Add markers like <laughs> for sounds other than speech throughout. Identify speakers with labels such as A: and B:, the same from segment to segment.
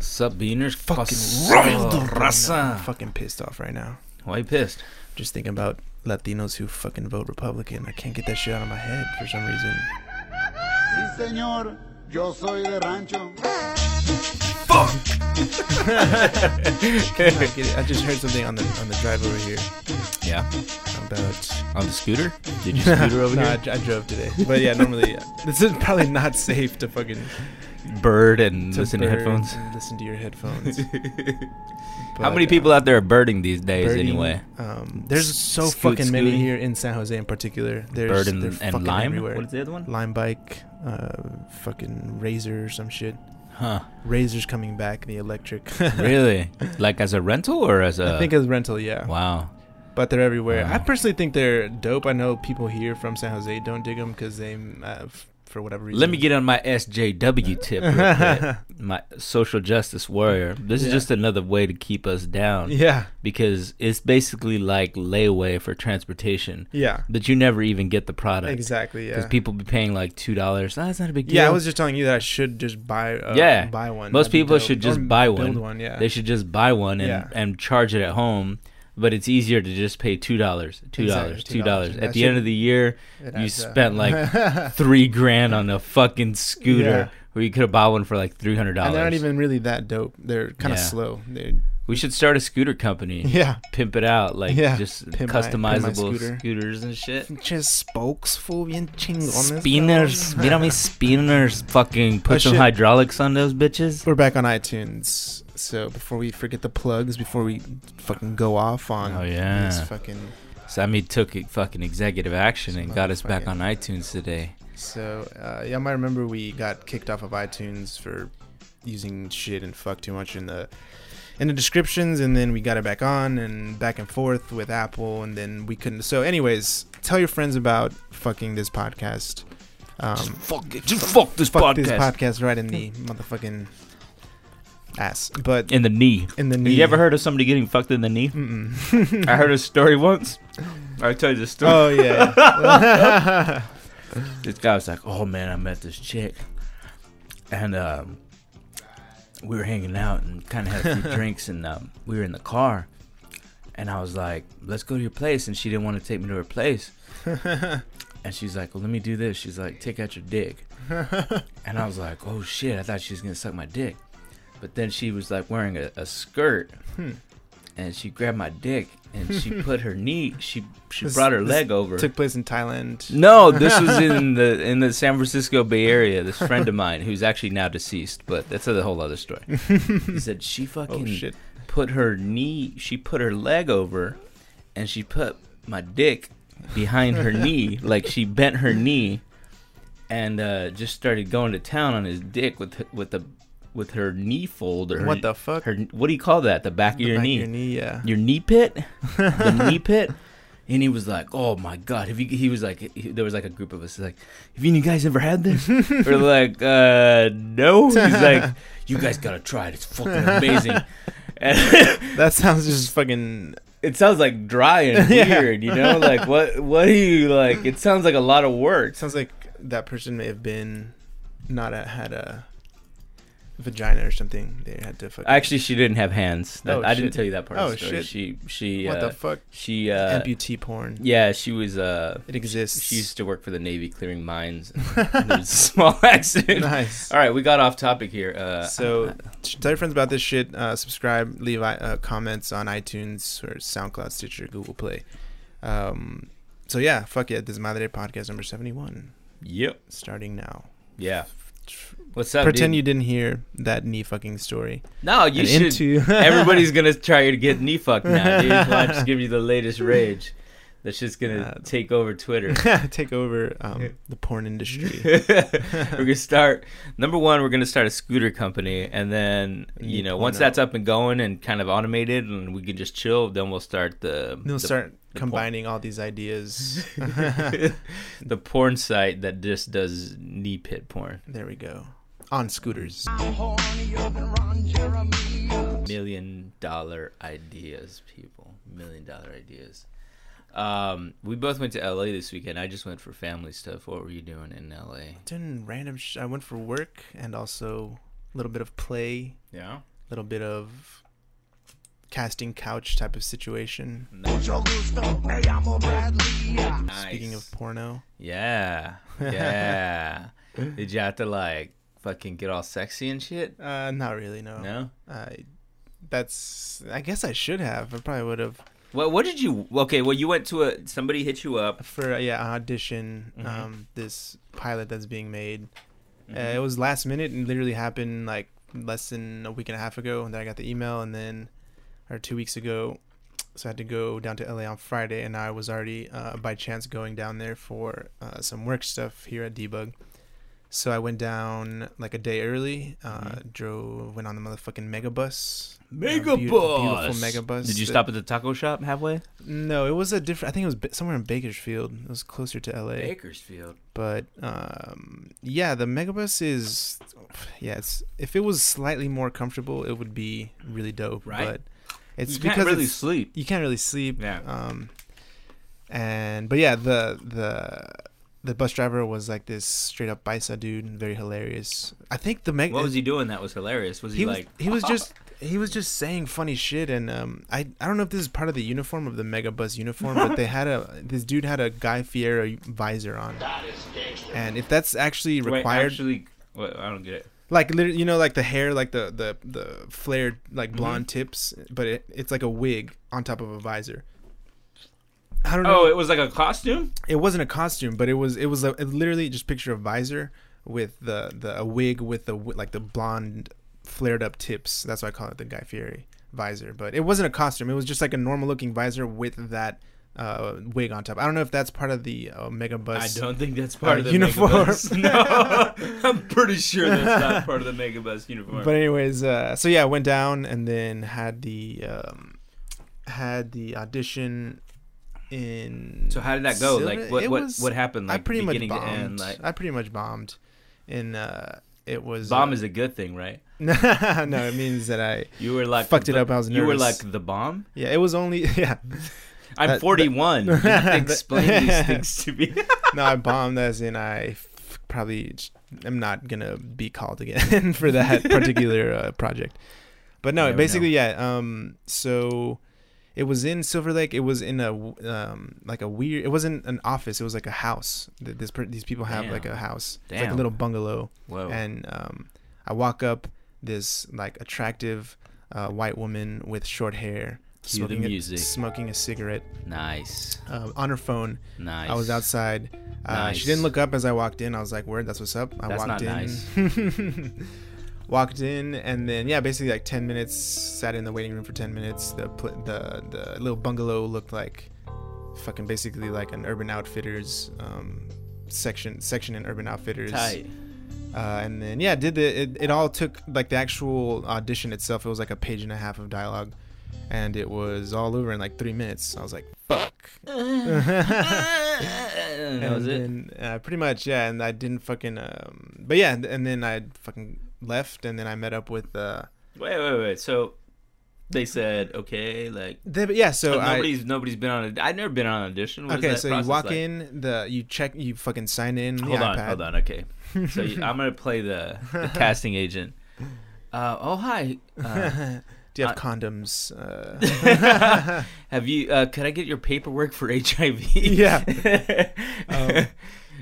A: Sup, Beaners?
B: Fucking
A: Paso,
B: royal the I'm
A: raza.
B: fucking pissed off right now.
A: Why you pissed?
B: Just thinking about Latinos who fucking vote Republican. I can't get that shit out of my head for some reason.
C: Sí, señor, yo soy de rancho.
B: I,
A: <laughs>
B: can't get it. I just heard something on the on the drive over here
A: Yeah, <laughs>
B: about.
A: on the scooter. <laughs> Did you scooter over
B: <laughs> no,
A: here?
B: I, I drove today, but yeah, normally uh, <laughs> this is probably not safe
A: <laughs>
B: to fucking
A: Bird and
B: to
A: listen
B: bird
A: to
B: <laughs>
A: headphones. <laughs>
B: and Listen to your headphones.
A: How
B: But,
A: many
B: uh,
A: people out there are birding these days,
B: birding,
A: anyway?
B: Um, there's so
A: Scoot,
B: fucking many
A: scooty.
B: here in San Jose in particular.
A: Bird
B: There's they're
A: and,
B: fucking
A: and lime.
B: everywhere.
A: What is the other one?
B: Lime bike, uh, fucking razor or some shit.
A: Huh?
B: Razor's coming back, the electric. <laughs>
A: Really? like as a rental or as a?
B: I think it's rental, yeah.
A: wow.
B: But they're everywhere.
A: Wow.
B: I personally think they're dope. I know people here from San Jose don't dig them because they, uh, f- for whatever reason.
A: Let me get on my SJW tip. real
B: <laughs>
A: quick. my social justice warrior. This is
B: Yeah.
A: just another way to keep us down.
B: <laughs> Yeah,
A: Because it's basically like layaway for transportation,
B: yeah,
A: but you never even get the product.
B: exactly.
A: Because
B: Yeah.
A: people be paying like two dollars. That's not a big deal.
B: yeah, I was just telling you that I should just buy. Uh,
A: Yeah.
B: buy one.
A: Most
B: That'd be
A: people
B: dope.
A: should just
B: Or
A: buy
B: build
A: one.
B: one. Yeah,
A: they should just buy one and
B: Yeah.
A: and charge it at home. But it's easier to just pay two dollars, two dollars,
B: Exactly,
A: two
B: $2.
A: dollars.
B: That
A: At the end
B: should-
A: of the year,
B: It
A: you
B: adds up.
A: spent
B: <laughs>
A: like three grand on a fucking scooter
B: Yeah.
A: where you could have bought one for like three hundred
B: and they're not
A: dollars.
B: even really that dope. They're kind of
A: Yeah.
B: slow.
A: <laughs>
B: They're,
A: We should start a scooter
B: <laughs>
A: company,
B: yeah,
A: pimp it out, like
B: Yeah.
A: just
B: Pimp my- pimp my
A: customizable
B: scooter.
A: scooters and shit.
B: just spokes full bien chingones.
A: Spinners,
B: <laughs> cabrón.
A: mira mis
B: <laughs>
A: spinners. Fucking put
B: Oh,
A: some
B: shit.
A: hydraulics on those bitches.
B: We're back on iTunes. So before we forget the plugs, before we fucking go off on
A: Oh, yeah.
B: these fucking
A: Sammy took e- fucking executive action and got us back
B: Motherfucking-
A: on iTunes today.
B: so uh, y'all might remember we got kicked off of iTunes for using shit and fuck too much in the in the descriptions and then we got it back on and back and forth with Apple and then we couldn't so anyways, tell your friends about fucking this podcast. Um
A: Fuck it. Just fuck this
B: fuck this podcast right in the motherfucking ass. But
A: in the knee.
B: in the
A: Have You ever heard of somebody getting fucked in the
B: <laughs>
A: knee? <laughs>
B: Mm-mm.
A: I heard a story once. I tell you the story. <laughs>
B: Oh yeah.
A: This guy was like, "Oh man, I met this chick, and um, we were hanging out and kind of had a
B: <laughs>
A: few drinks, and um, we were in the car." And I was like, "Let's go to your place," and she didn't want to take me to her
B: <laughs>
A: place. and she's like, "Well, let me do this." She's like, "Take out your dick."
B: <laughs>
A: and I was like, "Oh shit!" I thought she was gonna suck my dick, but then she was like wearing a, a skirt,
B: Hmm.
A: and she grabbed my dick and
B: <laughs>
A: she put her knee. She she
B: This-
A: brought her
B: this
A: leg over.
B: Took place in Thailand.
A: No, this
B: <laughs>
A: was in the in the San Francisco Bay Area. This friend of mine, who's actually now deceased, but that's a whole other
B: <laughs>
A: story. He said she
B: Oh
A: fucking
B: shit.
A: put her knee, she put her leg over, and she put my dick behind
B: <laughs>
A: her knee, like she bent her knee, and uh, just started going to town on his dick with with the with her knee fold or her-
B: What the fuck?
A: her what do you call that? The back of
B: The
A: your
B: back of
A: knee
B: Your knee, yeah.
A: your knee pit,
B: <laughs>
A: the knee pit. And he was like, "Oh my god!" Have you? He was like, he- there was like a group of us. He's like, "Have you guys ever had
B: <laughs>
A: this?" We're like, uh, "No." He's like, "You guys gotta try it. It's fucking amazing." And <laughs>
B: That sounds just fucking.
A: it sounds like dry and
B: <laughs> Yeah.
A: weird, you know? Like what? What do you like? It sounds like a lot of work.
B: Sounds like that person may have been, not a, had a, vagina or something. They had to fucking.
A: Actually, she didn't have hands. That,
B: Oh,
A: I didn't
B: shit.
A: tell you that part. of
B: Oh,
A: the story.
B: shit.
A: She she
B: What
A: uh,
B: the fuck?
A: she uh,
B: Amputee porn.
A: yeah she was uh
B: It exists.
A: she used to work for the Navy clearing mines. And there was a small <laughs> accident.
B: <laughs> nice.
A: <laughs> All right, we got off topic here. Uh,
B: So tell your friends about this shit. Uh, subscribe, leave i- uh, comments on iTunes or SoundCloud, Stitcher, Google Play. Um, so yeah, fuck yeah, this is Madre podcast number seventy-one,
A: yep,
B: starting now.
A: yeah. What's up?
B: Pretend you didn't hear that knee fucking story.
A: No, you
B: And
A: should.
B: into- <laughs>
A: Everybody's gonna try to get knee fucked now, dude. Watch, just give you the latest rage. That's just gonna
B: Uh,
A: take over
B: <laughs>
A: Twitter. <laughs>
B: take over um, the porn industry.
A: we're gonna start number one. We're gonna start a scooter company, and then you
B: Knee
A: know
B: porno.
A: once that's up and going and kind of automated, and we can just chill. Then we'll start the.
B: They'll
A: the-
B: start
A: the porn-
B: combining all
A: <laughs>
B: these ideas.
A: the porn site that just does knee pit porn.
B: there we go. On scooters.
A: million dollar ideas people million dollar ideas um we both went to la this weekend i just went for family stuff what were you doing in la
B: Doing random. Sh- I went for work and also a little bit of play.
A: yeah
B: little bit of casting couch type of situation.
A: Nice.
B: Speaking of porno, <laughs>
A: Yeah. Yeah. Did you have to like fucking get all sexy and shit?
B: uh, not really. No.
A: No.
B: I. That's. I guess I should have. I probably would have
A: Well, what did you? Okay. Well, you went to a somebody hit you up.
B: for uh, yeah an audition.
A: Mm-hmm.
B: Um, this pilot that's being made. Uh,
A: Mm-hmm.
B: it was last minute and literally happened like less than a week and a half ago. And then I got the email, and then or two weeks ago. So I had to go down to LA on Friday, and I was already uh, by chance going down there for uh, some work stuff here at Debug. So I went down like a day early. Uh,
A: Mm-hmm.
B: Drove, went on the motherfucking mega bus. Uh, beautiful- beautiful mega bus.
A: Did you
B: that-
A: stop at the taco shop halfway?
B: No, it was a different. I think it was ba- somewhere in Bakersfield. It was closer to LA
A: Bakersfield.
B: but um, yeah, the megabus is yeah. It's if it was slightly more comfortable, it would be really dope.
A: Right.
B: But it's
A: you
B: because
A: can't really
B: it's-
A: sleep.
B: you can't really sleep.
A: Yeah.
B: Um, and but yeah, the the the bus driver was like this straight up bisa dude, very hilarious. I think the meg.
A: What was he doing? That was hilarious. Was he,
B: He was,
A: like?
B: he was just he was just saying funny shit and um I, I don't know if this is part of the uniform of the megabus uniform but they had a this dude had a Guy Fieri visor on and if that's actually
A: Wait,
B: required
A: actually, wait, I don't get it.
B: like literally you know like the hair like the the the flared like
A: Mm-hmm.
B: blonde tips but it, it's like a wig on top of a visor I don't know
A: Oh, it was like a costume.
B: it wasn't a costume, but it was it was a, it literally just picture of visor with the the a wig with the wi- like the blonde flared up tips. That's why I call it the Guy Fieri visor. But it wasn't a costume. It was just like a normal looking visor with that uh, wig on top. I don't know if that's part of the uh, mega
A: I
B: bus.
A: don't think that's part
B: Uh,
A: of the
B: uniform. <laughs>
A: Megabus. <laughs> No, I'm pretty sure that's not part of the Megabus uniform.
B: But anyways, uh, so yeah, I went down and then had the um, had the audition in.
A: so how did that go?
B: Silva-
A: Like what
B: it
A: what
B: was-
A: what happened? Like
B: I pretty much
A: beginning
B: bombed.
A: to end. Like
B: I pretty much bombed, and uh, it was
A: bomb
B: uh,
A: is a good thing, right?
B: <laughs> no, it means that I.
A: You were like
B: Fucked it
A: the-
B: up, I was
A: You were
B: nervous.
A: like the bomb.
B: Yeah, it was only <laughs> yeah.
A: I'm
B: That- that- <laughs>
A: 41. You have to
B: that-
A: explain these things to
B: <laughs>
A: me.
B: No, I bombed as in I f- probably j- am not gonna be called again <laughs> for
A: <laughs>
B: that particular uh, project. But
A: You
B: no,
A: never
B: basically yeah. Um, so it was in Silver Lake. It was in a w- um like a weird. It wasn't an office. It was like a house. Th- This per- these people have
A: Damn.
B: like a house. It's like
A: Damn.
B: a little bungalow.
A: Whoa.
B: and um, I walk up this like attractive uh, white woman with short hair,
A: Cue the music.
B: A, smoking a cigarette
A: nice.
B: um, on her phone.
A: Nice.
B: I was outside. Uh,
A: Nice.
B: She didn't look up as I walked in. I was like, "Word, that's what's up." I
A: That's not
B: walked in. <laughs> walked in, and then yeah, basically like ten minutes. Sat in the waiting room for ten minutes. The pl- the the little bungalow looked like fucking basically like an Urban Outfitters um, section section in Urban Outfitters
A: Tight.
B: uh, and then yeah did the it, it all took like the actual audition itself it was like a page and a half of dialogue and it was all over in like three minutes i was like fuck
A: And that
B: and
A: was it.
B: then, uh, pretty much yeah and i didn't fucking um but yeah and, and then i fucking left and then i met up with uh
A: Wait, wait, wait. So they said, okay, like
B: the, yeah so
A: so
B: I,
A: nobody's nobody's been on. A, I've never been on an audition. What is
B: okay
A: that
B: so
A: process
B: you walk
A: like?
B: in the you check you fucking sign in the
A: Hold on,
B: iPad.
A: hold on. Okay,
B: <laughs>
A: so you, I'm gonna play the, the casting agent. Uh, oh
B: <laughs>
A: hi. Uh, <laughs>
B: do you have
A: Uh, <laughs>
B: condoms uh <laughs>
A: have you? Uh, could I get your paperwork for HIV? <laughs>
B: Yeah. Um.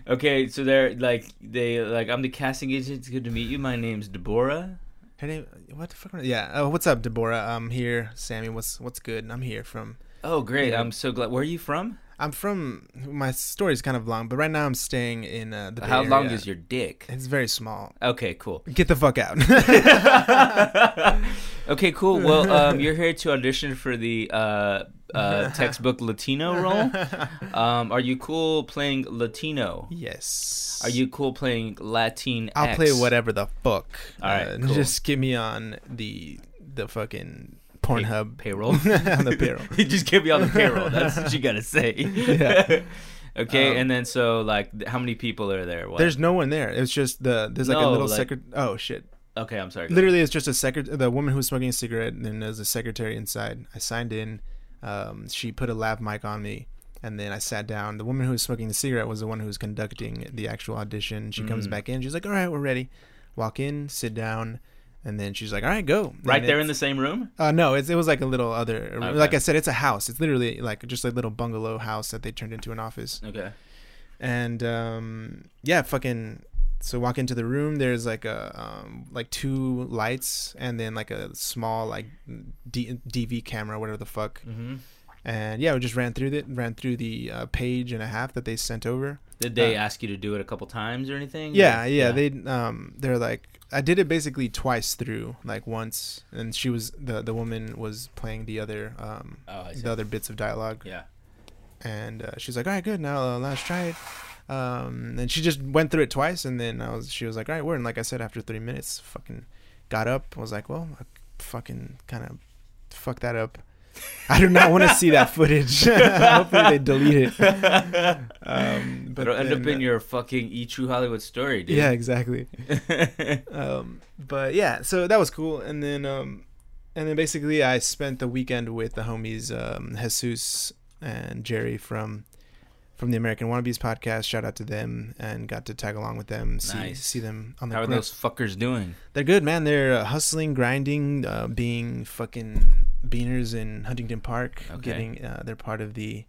A: okay, so they're like they like I'm the casting agent. It's good to meet you. My name's Deborah.
B: Her name, what the fuck? Are, yeah. Oh, what's up, Deborah? I'm here. Sammy, what's what's good? I'm here from.
A: Oh great!
B: Yeah.
A: I'm so glad. Where are you from?
B: I'm from. My story's kind of long, but right now I'm staying in uh, the. Bay
A: How long
B: Area.
A: is your dick?
B: It's very small.
A: Okay,
B: <laughs>
A: cool.
B: Get the fuck
A: <laughs>
B: out.
A: okay, cool. Well, um, you're here to audition for the uh, uh, textbook Latino
B: <laughs>
A: role. Um, are you cool playing Latino?
B: yes.
A: Are you cool playing Latin?
B: I'll play whatever the fuck.
A: All right,
B: Uh,
A: cool.
B: Just get me on the the fucking Pornhub
A: payroll.
B: <laughs> on the payroll.
A: <laughs> you just give me on the payroll. That's what you
B: <laughs>
A: gotta say.
B: Yeah.
A: <laughs> okay,
B: Um,
A: and then so like, th- how many people are there? What?
B: There's no one there. It's just the there's like
A: No,
B: a little
A: like-
B: secret. Oh shit.
A: okay. I'm sorry. go
B: literally it's just a secret the woman who was smoking a cigarette and then there's a secretary inside i signed in um, she put a lav mic on me and then i sat down the woman who was smoking the cigarette was the one who was
A: Mm.
B: conducting the actual audition she comes back in she's like all right we're ready walk in sit down And then she's like, "All right, go." And
A: Right there in
B: it's-
A: the same room?
B: Uh, no, it's, it was like a little other. Like
A: Okay.
B: I said, it's a house. It's literally like just a little bungalow house that they turned into an office.
A: Okay.
B: And um, yeah, fucking. So walk into the room. There's like a um, like two lights, and then like a small like D- DV camera, whatever the fuck.
A: Mm-hmm.
B: And yeah, we just ran through it. Ran through the uh, page and a half that they sent over.
A: Did they
B: Uh,
A: ask you to do it a couple times or anything?
B: Yeah,
A: Or-
B: yeah. They um, they're like, I did it basically twice through. Like once, and she was the the woman was playing the other um,
A: Oh, I see.
B: the other bits of dialogue.
A: Yeah.
B: <laughs> and uh, she's like, "All right, good. Now uh, let's try it." Um, and she just went through it twice, and then I was, she was like, "All right, we're." And like I said, after three minutes, fucking got up. Was like, "Well, I fucking kind of fucked that up." I do not want to see that footage. <laughs> Hopefully they
A: <laughs>
B: delete it. Um,
A: But it'll end up
B: then,
A: in your fucking E True Hollywood story, dude.
B: yeah, exactly.
A: Yeah.
B: Um, but yeah, so that was cool. And then, um, and then basically, I spent the weekend with the homies um, Jesus and Jerry from from the American Wannabes podcast. Shout out to them, and got to tag along with them. See,
A: Nice.
B: see them on
A: <laughs>
B: the
A: How are
B: grind.
A: those fuckers doing?
B: They're good, man. They're uh, hustling, grinding, uh, being fucking beaners in Huntington Park.
A: Okay.
B: Getting uh, they're part of the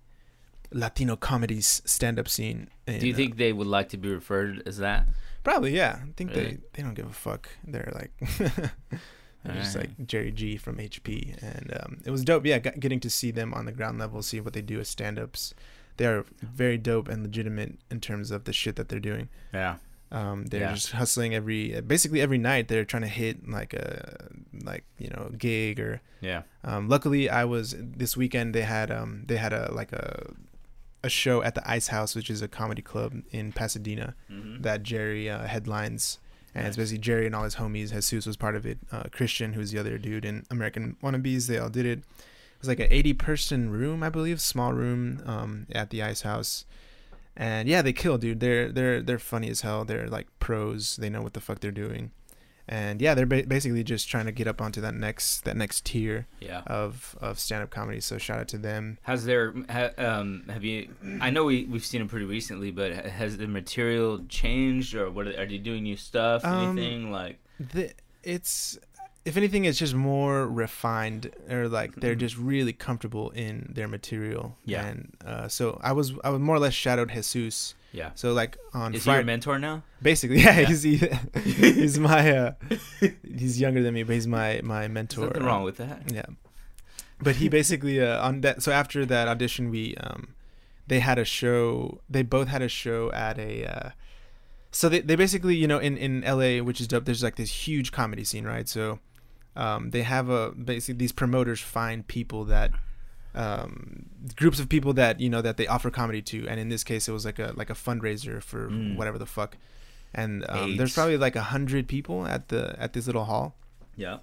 B: Latino comedies stand up scene. in,
A: Do you
B: uh,
A: think they would like to be referred as that?
B: Probably, yeah. I think
A: Really?
B: they they don't give a fuck. They're like, <laughs> they're just
A: Alright.
B: like Jerry G from HP, and um, it was dope. Yeah, got, getting to see them on the ground level, see what they do as stand ups. They are very dope and legitimate in terms of the shit that they're doing.
A: Yeah.
B: Um, they're
A: Yeah.
B: just hustling every basically every night. They're trying to hit like a like you know gig or
A: Yeah.
B: um, luckily, I was this weekend. They had um, they had a like a a show at the Ice House, which is a comedy club in Pasadena that Jerry uh, headlines, and it's basically Jerry and all his homies. Jesus was part of it. Uh, Christian, who's the other dude, and American Wannabes, they all did it. It was like an eighty-person room, I believe, small room um, at the Ice House. And yeah, they kill, dude. They're they're they're funny as hell. They're like pros. They know what the fuck they're doing, and yeah, they're ba- basically just trying to get up onto that next that next tier
A: Yeah.
B: of of stand up comedy. So shout out to them.
A: How's their ha, um, have you? I know we we've seen them pretty recently, but ha- has the material changed or what are, are you doing new stuff?
B: Um,
A: anything like
B: The, it's if anything, it's just more refined or like they're just really comfortable in their material.
A: Yeah.
B: And uh, so I was I was more or less shadowed Jesus.
A: yeah?
B: So like on
A: Is he your
B: Friday,
A: mentor now?
B: basically, <laughs> yeah, he's he, he's my uh, he's younger than me, but he's my my
A: There's
B: mentor.
A: nothing wrong with that.
B: Yeah. But he basically uh, on that. So after that audition, we um, they had a show. They both had a show at a. Uh, so they, they basically you know in in LA, which is dope. There's like this huge comedy scene, right? So, um, they have a basically these promoters find people that. Um, groups of people that you know that they offer comedy to, and in this case, it was like a like a fundraiser for
A: Mm.
B: whatever the fuck, and um, there's
A: Eight.
B: probably like a hundred people at the at this little hall,
A: Yeah.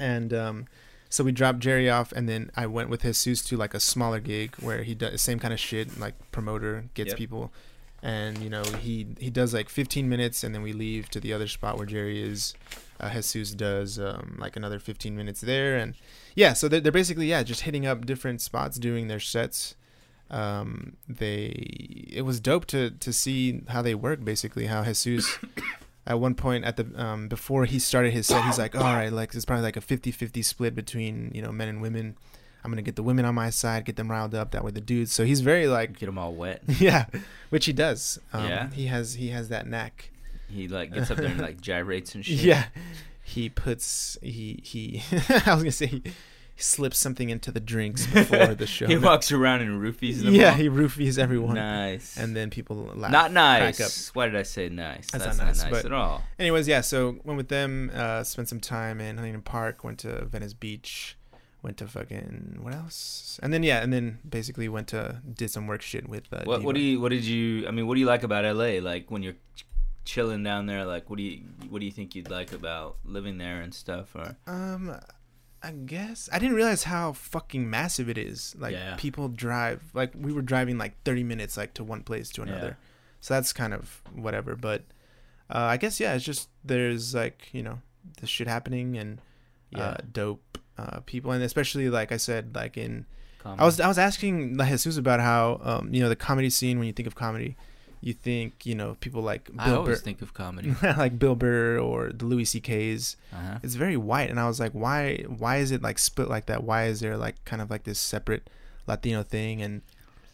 B: and um, so we dropped Jerry off, and then I went with Jesus to like a smaller gig where he does the same kind of shit, like promoter gets
A: Yep.
B: people, and you know he he does like 15 minutes, and then we leave to the other spot where Jerry is. Uh, Jesus does um, like another 15 minutes there, and yeah, so they're, they're basically yeah just hitting up different spots, doing their sets. Um, they it was dope to to see how they work basically how Jesus <coughs> at one point at the um, before he started his set he's like all right like it's probably like a 50-50 split between you know men and women i'm gonna get the women on my side get them riled up that way the dudes so he's very like <laughs>
A: Get them all wet.
B: yeah which he does um,
A: Yeah.
B: he has he has that knack
A: He like gets up there
B: <laughs>
A: and like gyrates and shit.
B: yeah he puts he he <laughs> i was gonna say he slips something into the drinks
A: <laughs>
B: before the show
A: he walks around and roofies them.
B: yeah
A: all.
B: he roofies everyone
A: nice.
B: and then people laugh
A: not
B: crack up.
A: nice. Why did I say nice? That's,
B: That's not
A: not
B: nice,
A: nice,
B: but-
A: at all.
B: Anyways, yeah, so went with them, uh, spent some time in Huntington Park, went to Venice Beach, went to fucking what else? And then yeah, and then basically went to did some work shit with uh,
A: What what do
B: Diva.
A: you what did you I mean what do you like about LA like when you're ch- chilling down there like what do you what do you think you'd like about living there and stuff or
B: um I guess I didn't realize how fucking massive it is. Like
A: Yeah.
B: people drive like we were driving like 30 minutes like to one place to
A: Yeah.
B: another. So that's kind of whatever, but uh, I guess yeah, it's just there's like, you know, this shit happening and uh,
A: Yeah.
B: dope uh, people and especially like I said like in
A: comedy?
B: I was I was asking La Jesus about how um, you know the comedy scene when you think of comedy, You think you know people like
A: I
B: Bill
A: always
B: Burr,
A: think of
B: <laughs>
A: comedy.
B: like Bill Burr or the Louis C.K.'s.
A: Uh-huh.
B: It's very white, and I was like, why? Why is it like split like that? Why is there like kind of like this separate Latino thing? And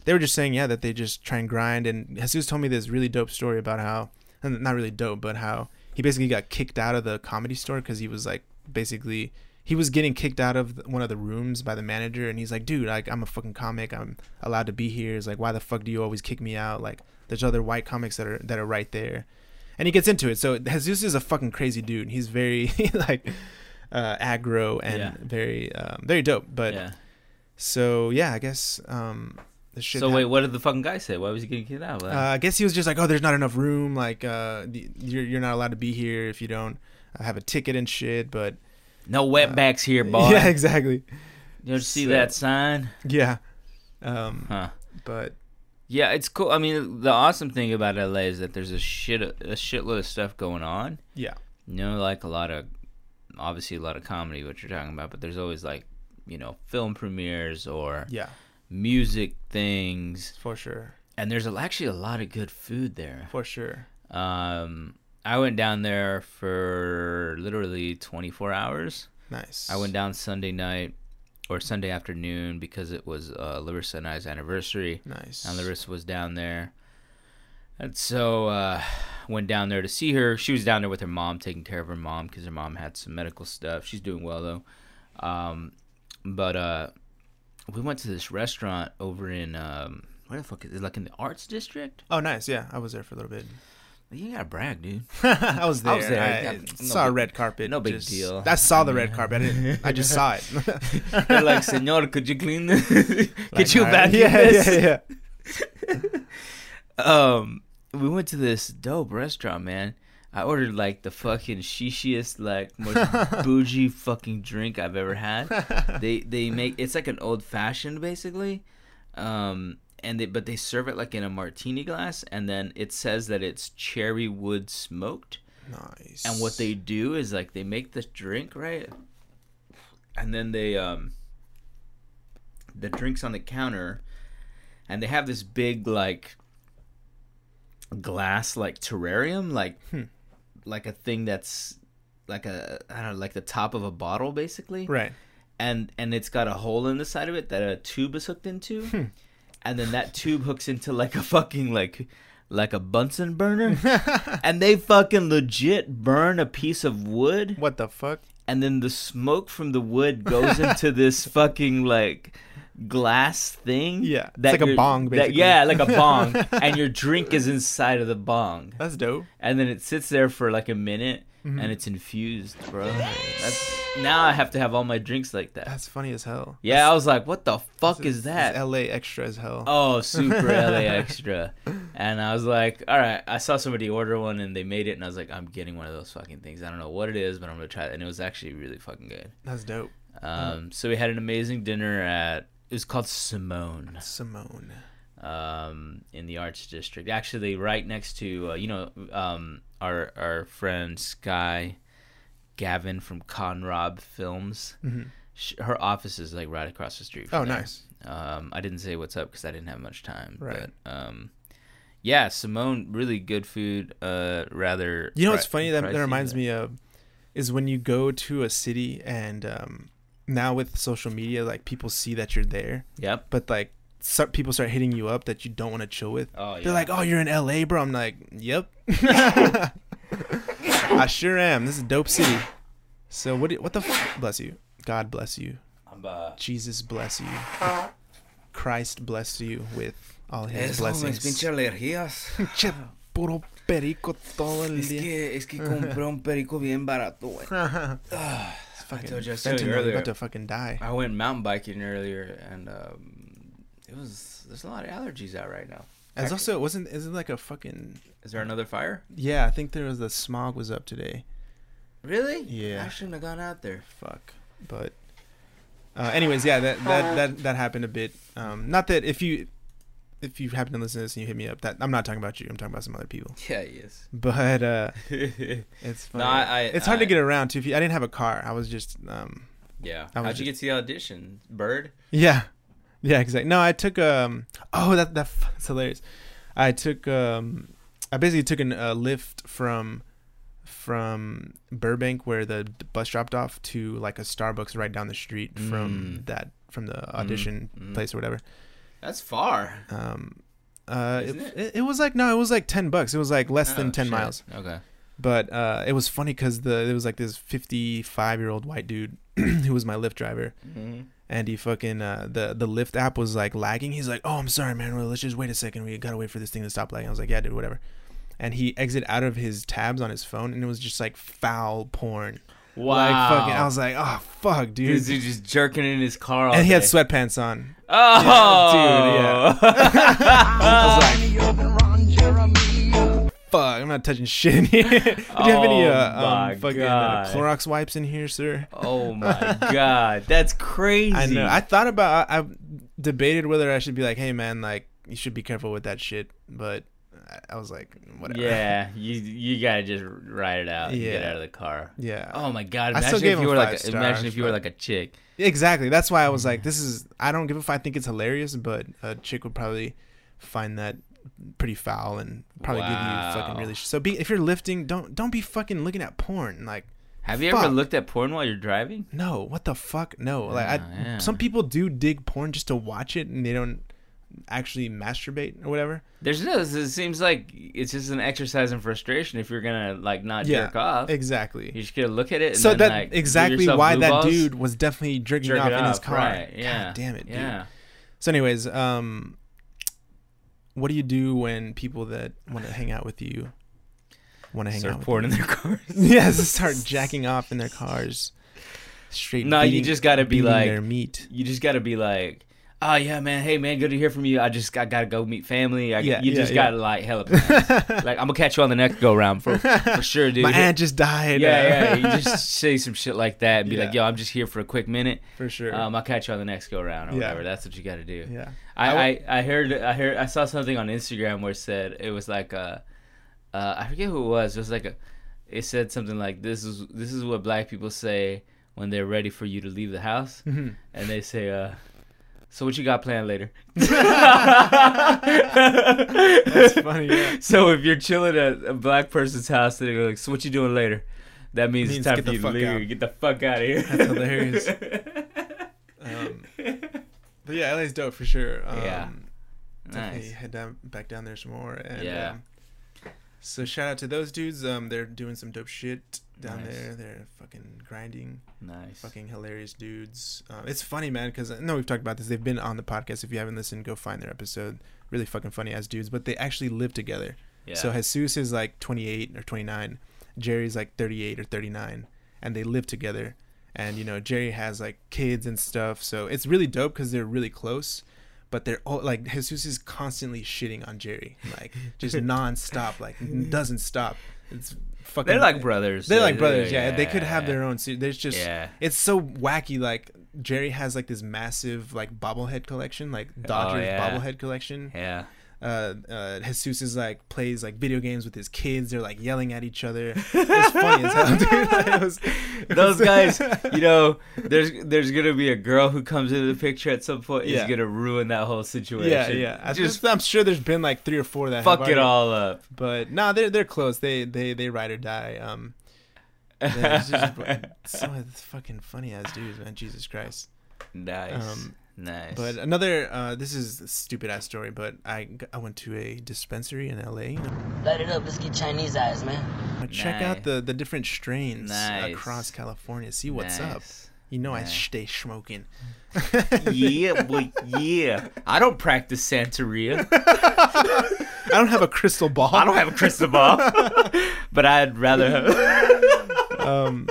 B: they were just saying, yeah, that they just try and grind. And Jesus told me this really dope story about how, and not really dope, but how he basically got kicked out of the comedy store because he was like basically he was getting kicked out of th- one of the rooms by the manager and he's like dude like i'm a fucking comic i'm allowed to be here it's like why the fuck do you always kick me out like there's other white comics that are that are right there and he gets into it so jesus is a fucking crazy dude he's very <laughs> like uh aggro and
A: Yeah.
B: very um, very dope but
A: yeah.
B: so yeah i guess um the shit
A: So
B: hap-
A: wait, what did the fucking guy say? Why was he getting kicked out? Well,
B: uh, I guess he was just like, oh, there's not enough room. Like, uh, the, you're you're not allowed to be here if you don't uh, have a ticket and shit. But
A: no wetbacks
B: <laughs>
A: here, boy.
B: uh, yeah, exactly.
A: you don't see
B: so-
A: that sign?
B: Yeah. Um,
A: Huh.
B: but
A: Yeah, it's cool. I mean, the awesome thing about LA is that there's a shit a shitload of stuff going on.
B: yeah,
A: You know, like a lot of obviously a lot of comedy what you're talking about, but there's always like, you know, film premieres or
B: yeah,
A: music things.
B: for sure,
A: And there's a- actually a lot of good food there.
B: for sure.
A: Um I went down there for literally 24 hours.
B: Nice.
A: I went down Sunday night or Sunday afternoon because it was uh, Larissa and I's anniversary.
B: Nice.
A: And Larissa was down there. And so uh went down there to see her. She was down there with her mom, taking care of her mom because her mom had some medical stuff. She's doing well though. Um, but uh, we went to this restaurant over in um, where the fuck is it? Like in the arts district?
B: Oh, nice. Yeah, I was there for a little bit.
A: You gotta brag,
B: <laughs>
A: dude.
B: I was there.
A: I
B: I,
A: was there, yeah, no
B: saw a
A: big-
B: red carpet.
A: no big
B: just-
A: deal.
B: I saw the red carpet. I, didn't, I just
A: <laughs>
B: saw it. <laughs>
A: They're like, Senor, could you clean this? <laughs> could
B: Like,
A: you
B: all right.
A: vacuum
B: <laughs> yeah,
A: this?
B: Yeah, yeah,
A: um we went to this dope restaurant man i ordered like the fucking shishiest like most bougie fucking drink i've ever had
B: <laughs>
A: <laughs> they they make it's like an old fashioned basically um and they but they serve it like in a martini glass and then it says that it's cherry wood smoked
B: Nice.
A: and what they do is like they make this drink, right? And then they um the drinks on the counter and they have this big like glass like terrarium like like a thing that's like a I don't know like the top of a bottle basically
B: right. <laughs>
A: and and it's got a hole in the side of it that a tube is hooked into, and then that tube hooks into like a fucking like like a Bunsen burner, and they fucking legit burn a piece of wood,
B: What the fuck?
A: and then the smoke from the wood
B: <laughs>
A: goes into this fucking like glass thing.
B: Yeah, it's
A: that
B: like a
A: you're-
B: bong,
A: that-
B: basically.
A: yeah, like a
B: <laughs>
A: bong, and your drink is inside of the bong,
B: That's dope.
A: and then it sits there for like a minute.
B: Mm-hmm.
A: And it's infused, bro. That's, now I have to have all my drinks like that.
B: That's funny as hell.
A: Yeah, I was like, what the fuck
B: It's-
A: is that?
B: It's LA extra as hell.
A: oh, super LA
B: <laughs>
A: extra. And I was like, all right, I saw somebody order one and they made it and I was like, I'm getting one of those fucking things. I don't know what it is, but I'm going to try it. And it was actually really fucking good.
B: That's dope.
A: Um, so we had an amazing dinner at it was called Simone
B: Simone.
A: um, in the Arts District. Actually, right next to uh, you know um, our our friend Sky Gavin from Conrob Films. Sh Her office is like right across the street. From
B: Mm-hmm. Oh,
A: there.
B: nice.
A: Um, I didn't say what's up because I didn't have much time.
B: Right.
A: But, um, yeah, Simone, really good food. Uh, rather.
B: You know
A: pri-
B: what's funny that, that
A: pricey,
B: reminds
A: but-
B: me of is when you go to a city and um, now with social media, like people see that you're there,
A: Yep.
B: but like so, people start hitting you up that you don't want to chill with.
A: Oh yeah.
B: They're like, "Oh, you're in LA, bro." I'm like, "Yep,
A: <laughs>
B: <laughs> I sure am. This is a dope city." So what? do- What the? F- bless you. God bless you.
A: I'm, uh,
B: Jesus bless you. Christ bless you with all his blessings. <laughs> Pinche puro perico todo el día.
A: es que compré un perico bien barato,
B: <laughs> fucking
A: told you, I was telling you
B: fentanyl. You're
A: earlier.
B: about to fucking die.
A: I went mountain biking earlier, and um, it was there's a lot of allergies out right now.
B: It's also wasn't isn't like a fucking
A: Is there another fire?
B: yeah. I think there was the smog was up today.
A: Really?
B: Yeah.
A: I shouldn't have gone out there. <laughs>
B: Fuck. But uh, anyways, yeah, that that that that happened a bit. Um, not that if you if you happen to listen to this and you hit me up, that I'm not talking about you. I'm talking about some other people. <laughs>
A: Yeah, yes.
B: But uh, it's
A: No,
B: funny.
A: I- I-
B: it's hard to
A: I-
B: get around to. If you, I didn't have a car, I was just um,
A: <laughs> yeah.
B: I was
A: How'd you get to the audition, Bird?
B: Yeah, yeah, exactly. No, I took um. Oh, that that f- <laughs> that's hilarious. I took um, I basically took an, a lift from from Burbank where the d- bus dropped off to like a Starbucks right down the street from
D: Mm.
B: that from
A: Mm-hmm.
B: the audition
D: mm.
B: place or whatever.
A: That's far.
B: Um, uh, it,
A: Isn't it?
B: it? it was like no, it was like ten bucks. It was like less
A: Oh,
B: than ten
A: shit.
B: miles.
A: Okay.
B: But uh, it was funny because the it was like this fifty five year old white dude <clears throat> who was my Lyft driver, and he fucking uh, the the Lyft app was like lagging. He's like, "Oh, I'm sorry, man. Well, let's just wait a second. We gotta wait for this thing to stop lagging." I was like, "Yeah, dude, whatever." And he exited out of his tabs on his phone, and it was just like foul porn.
A: Wow.
B: Like fucking, I was like, "Oh fuck, dude."
A: This dude just jerking in his car. All
B: and he had
A: day.
B: sweatpants on.
A: Oh, dude, yeah.
B: Fuck, I'm not touching shit in here. <laughs> Do you have any
A: Oh
B: uh,
A: my
B: um, fucking uh,
A: God.
B: Clorox wipes in here, sir?
A: <laughs> oh my god, that's crazy.
B: I know. I thought about. I, I debated whether I should be like, "Hey, man, like you should be careful with that shit," but I, I was like, "Whatever."
A: yeah, you you gotta just ride it out. and Get
B: Yeah.
A: out of the car.
B: Yeah.
A: Oh my god!
B: I
A: Imagine
B: still gave
A: if you
B: him
A: were like,
B: five
A: a- imagine
B: stars,
A: if you were
B: but-
A: like a chick.
B: Exactly. That's why I was
A: Mm-hmm.
B: like, "This is." I don't give a. F- I think it's hilarious, but a chick would probably find that pretty foul and probably give you
A: Wow.
B: fucking really. Sh- so be if you're lifting, don't don't be fucking looking at porn. Like,
A: Have you
B: Fuck.
A: ever looked at porn while you're driving?
B: no, what the fuck, no. Like, I,
A: Yeah, yeah.
B: some people do dig porn just to watch it, and they don't actually masturbate or whatever.
A: There's no. It seems like it's just an exercise in frustration. If you're gonna like not jerk off,
B: exactly.
A: you're just gonna look at it. And
B: so
A: then,
B: that
A: like, give
B: exactly
A: yourself
B: why
A: blue
B: that
A: balls,
B: dude was definitely jerking
A: jerk
B: off
A: it
B: in his
A: off,
B: car.
A: Right, yeah.
B: God damn it, dude.
A: Yeah.
B: So, anyways, um, what do you do when people that want to hang out with you want to hang
A: Surf
B: out?
A: porn in their cars.
B: With you? <laughs> yeah, just start jacking off in their cars. Straight.
A: No, you
B: beating-
A: just gotta be
B: beating
A: like-
B: their meat.
A: you just gotta be like, oh yeah, man, hey man, good to hear from you. I just I gotta go meet family. I,
B: Yeah,
A: you
B: yeah,
A: just
B: yeah.
A: gotta like hella,
B: <laughs>
A: plans. like I'm gonna catch you on the next go round for for sure, dude.
B: My aunt just died. uh,
A: yeah, yeah,
B: <laughs>
A: you just say some shit like that and be like,
B: Yeah.
A: yo, I'm just here for a quick minute.
B: for sure.
A: Um, I'll catch you on the next go round or
B: Yeah.
A: whatever. That's what you gotta do. <laughs>
B: yeah. <laughs>
A: I, I, I heard I heard I saw something on Instagram where it said it was like uh uh I forget who it was. It was like a it said something like this is this is what black people say when they're ready for you to leave the
B: <laughs>
A: house
B: Mhm.
A: and they say uh so what you got planned
B: <laughs>
A: later? <laughs> That's
B: funny, yeah.
A: So if you're chilling at a black person's house, and they're like, "So what you doing later?" That means, it's
B: Means
A: time
B: get
A: for
B: the
A: you to
B: fuck
A: leave.
B: out.
A: Get the fuck out of here.
B: That's hilarious. Um, but yeah, LA's dope for sure. Um,
A: Yeah. <laughs>
B: Definitely
A: nice.
B: head down back down there some more. And,
A: Yeah.
B: Um, so shout out to those dudes. Um, they're doing some dope shit down
A: Nice.
B: there. They're fucking grinding,
A: Nice.
B: fucking hilarious dudes. Um, it's funny, man, because I know we've talked about this. They've been on the podcast. If you haven't listened, go find their episode. Really fucking funny as dudes, but they actually live together.
A: Yeah.
B: So Jesus is like 28 or 29. Jerry's like 38 or 39, and they live together. And you know, Jerry has like kids and stuff, so it's really dope because they're really close. But they're all like Jesus is constantly shitting on Jerry, like
A: <laughs>
B: just nonstop, like doesn't stop. It's fucking.
A: They're like brothers.
B: They're like brothers, yeah. They could have their own. se- There's just
A: Yeah.
B: it's so wacky. Like Jerry has like this massive like bobblehead collection, like Dodgers
A: Oh, yeah.
B: bobblehead collection
A: Yeah.
B: uh, uh, Jesus is like plays like video games with his kids. They're like yelling at each other. It's funny as hell, <laughs> dude. Like, it was- it
A: Those
B: was- <laughs>
A: guys, you know, there's there's gonna be a girl who comes into the picture at some point. Yeah.
B: Yeah.
A: Is gonna ruin that whole situation.
B: yeah, yeah. I
A: Just
B: just, I'm sure there's been like three or four that have
A: fuck it
B: already-
A: all up.
B: But no, they're they're close. They they they ride or die. Um, yeah, it's just some of the fucking funny ass dudes, man. Jesus Christ.
A: <laughs> Nice.
B: Um,
A: nice.
B: But another, uh, this is a stupid ass story. But I I went to a dispensary in L.A. You know,
E: Light it up. Let's get Chinese eyes, man.
B: I check out
A: Nice.
B: the the different strains
A: Nice.
B: across California. See what's up.
A: Nice.
B: You know I
A: Nice.
B: stay smoking.
A: <laughs> yeah, boy, yeah. I don't practice Santeria.
B: <laughs> I don't have a crystal ball.
A: I don't have a crystal
B: <laughs>
A: ball, but I'd rather have.
B: <laughs>
A: <laughs>
B: Um,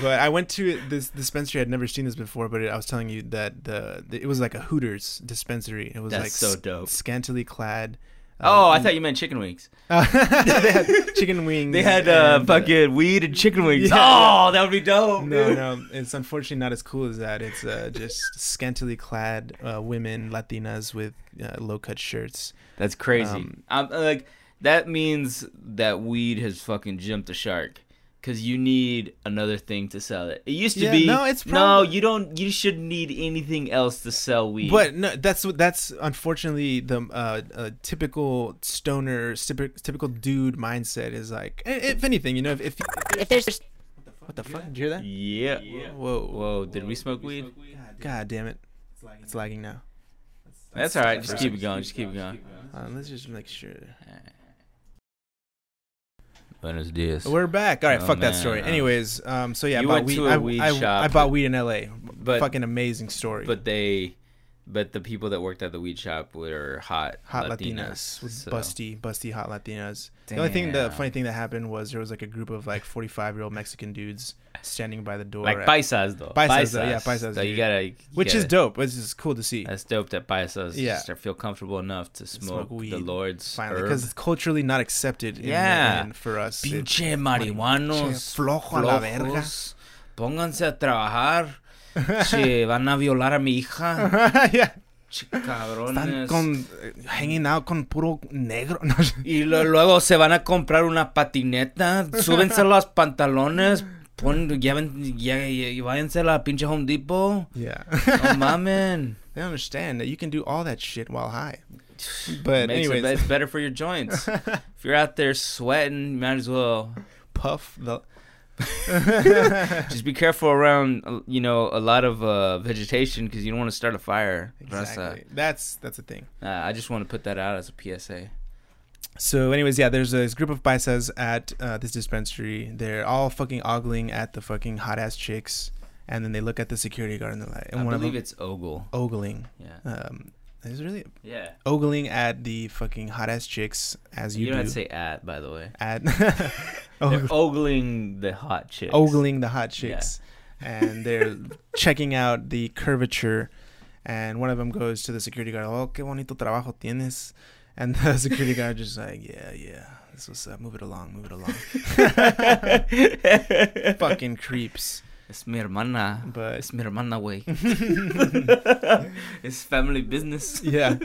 B: but I went to this dispensary. I'd never seen this before, but it, I was telling you that the, the- it was like a Hooters dispensary. It was
A: That's
B: like
A: so
B: s-
A: dope.
B: scantily clad. um,
A: Oh, I thought you meant chicken wings.
B: <laughs> they had chicken wings.
A: They had uh,
B: and,
A: fucking weed and chicken wings.
B: Yeah.
A: oh, that would be dope.
B: No,
A: dude.
B: no, it's unfortunately not as cool as that. It's uh, just scantily clad uh, women, Latinas with uh, low cut shirts.
A: That's crazy.
B: Um,
A: I'm like that means that weed has fucking jumped the shark. Cause you need another thing to sell it. It used to
B: Yeah,
A: be
B: no, it's
A: no.
B: probably-
A: You don't. You shouldn't need anything else to sell weed.
B: But no, that's what that's unfortunately the uh, uh, typical stoner, typi- typical dude mindset is like. i- If anything, you know, if, if, if there's what the fuck, did you hear that?
A: yeah.
B: Whoa,
A: Whoa. Did we smoke weed?
B: god damn it, it's lagging now.
A: That's all right. Just keep it going. Just keep it going.
B: Uh, let's just make sure.
D: Buenos dias.
B: We're back. All right,
A: Oh,
B: fuck that
A: man,
B: story.
A: uh,
B: Anyways, um, so yeah, I
A: You
B: bought
A: went
B: weed.
A: to a
B: I,
A: weed
B: I-
A: shop.
B: I bought weed in L.A.
A: But
B: Fucking amazing story.
A: but they, but the people that worked at the weed shop were hot
B: hot Latinas,
A: Latinas.
B: with
A: so-
B: busty, busty hot Latinas. The only thing, the
A: Damn.
B: funny thing that happened was there was like a group of like 45 year old Mexican dudes standing by the door,
A: like
B: at-
A: paisas though.
B: Paisas, though, yeah, paisas,
A: So you
B: dude.
A: gotta, you
B: which is
A: gotta-
B: dope. Which is cool to see.
A: That's dope that paisas
B: Yeah.
A: just feel comfortable enough to smoke,
B: smoke weed,
A: the Lord's
B: Finally,
A: herb.
B: because it's culturally not accepted. In,
A: Yeah.
B: in- for us. It-
A: Pinche marihuanos.
B: flojo a la verga.
A: flojos. Pónganse a
B: <laughs>
A: trabajar. che, van a violar a mi hija.
B: yeah,
A: Che,
B: están
A: cabrones.
B: con eh, hanging out con puro negro. <laughs> No,
A: Y lo- luego se van a comprar una patineta.
B: <laughs>
A: Súbense los pantalones. Pon, lleven, lle- lle- váyanse a la pinche Home Depot.
B: <laughs> yeah,
A: No mamen.
B: they understand that you can do all that shit
A: <laughs>
B: while high.
A: Makes
B: But
A: it,
B: anyways,
A: be- it's better for your joints. if you're out there sweating, you might as well
B: puff <laughs> the
A: just be careful around uh, you know a lot of uh, vegetation because you don't want to start a fire. Raza.
B: exactly. That's that's the thing.
A: Uh, I just want to put that out as a PSA.
B: So, anyways, yeah, there's this group of paisas at uh, this dispensary. They're all fucking ogling at the fucking hot ass chicks, and then they look at the security guard and they're like, and
A: I
B: one of
A: believe
B: them
A: it's Ogle.
B: ogling.
A: Yeah.
B: Um, is it really
A: Yeah.
B: ogling at the fucking hot ass chicks as
A: You,
B: you,
A: don't
B: do
A: have to say at, by the way.
B: at
A: <laughs>
B: <laughs> Oh,
A: They're
B: og-
A: ogling the hot chicks.
B: ogling the hot chicks, and they're checking out the curvature. And one of them goes to the security guard, "Oh, qué bonito trabajo tienes," and the <laughs> security guard just like, "Yeah, yeah." This was uh, move it along, move it along.
A: <laughs>
B: fucking creeps.
A: <laughs> It's mi hermana.
B: But-
A: It's mi hermana way. it's family business.
B: <laughs> Yeah.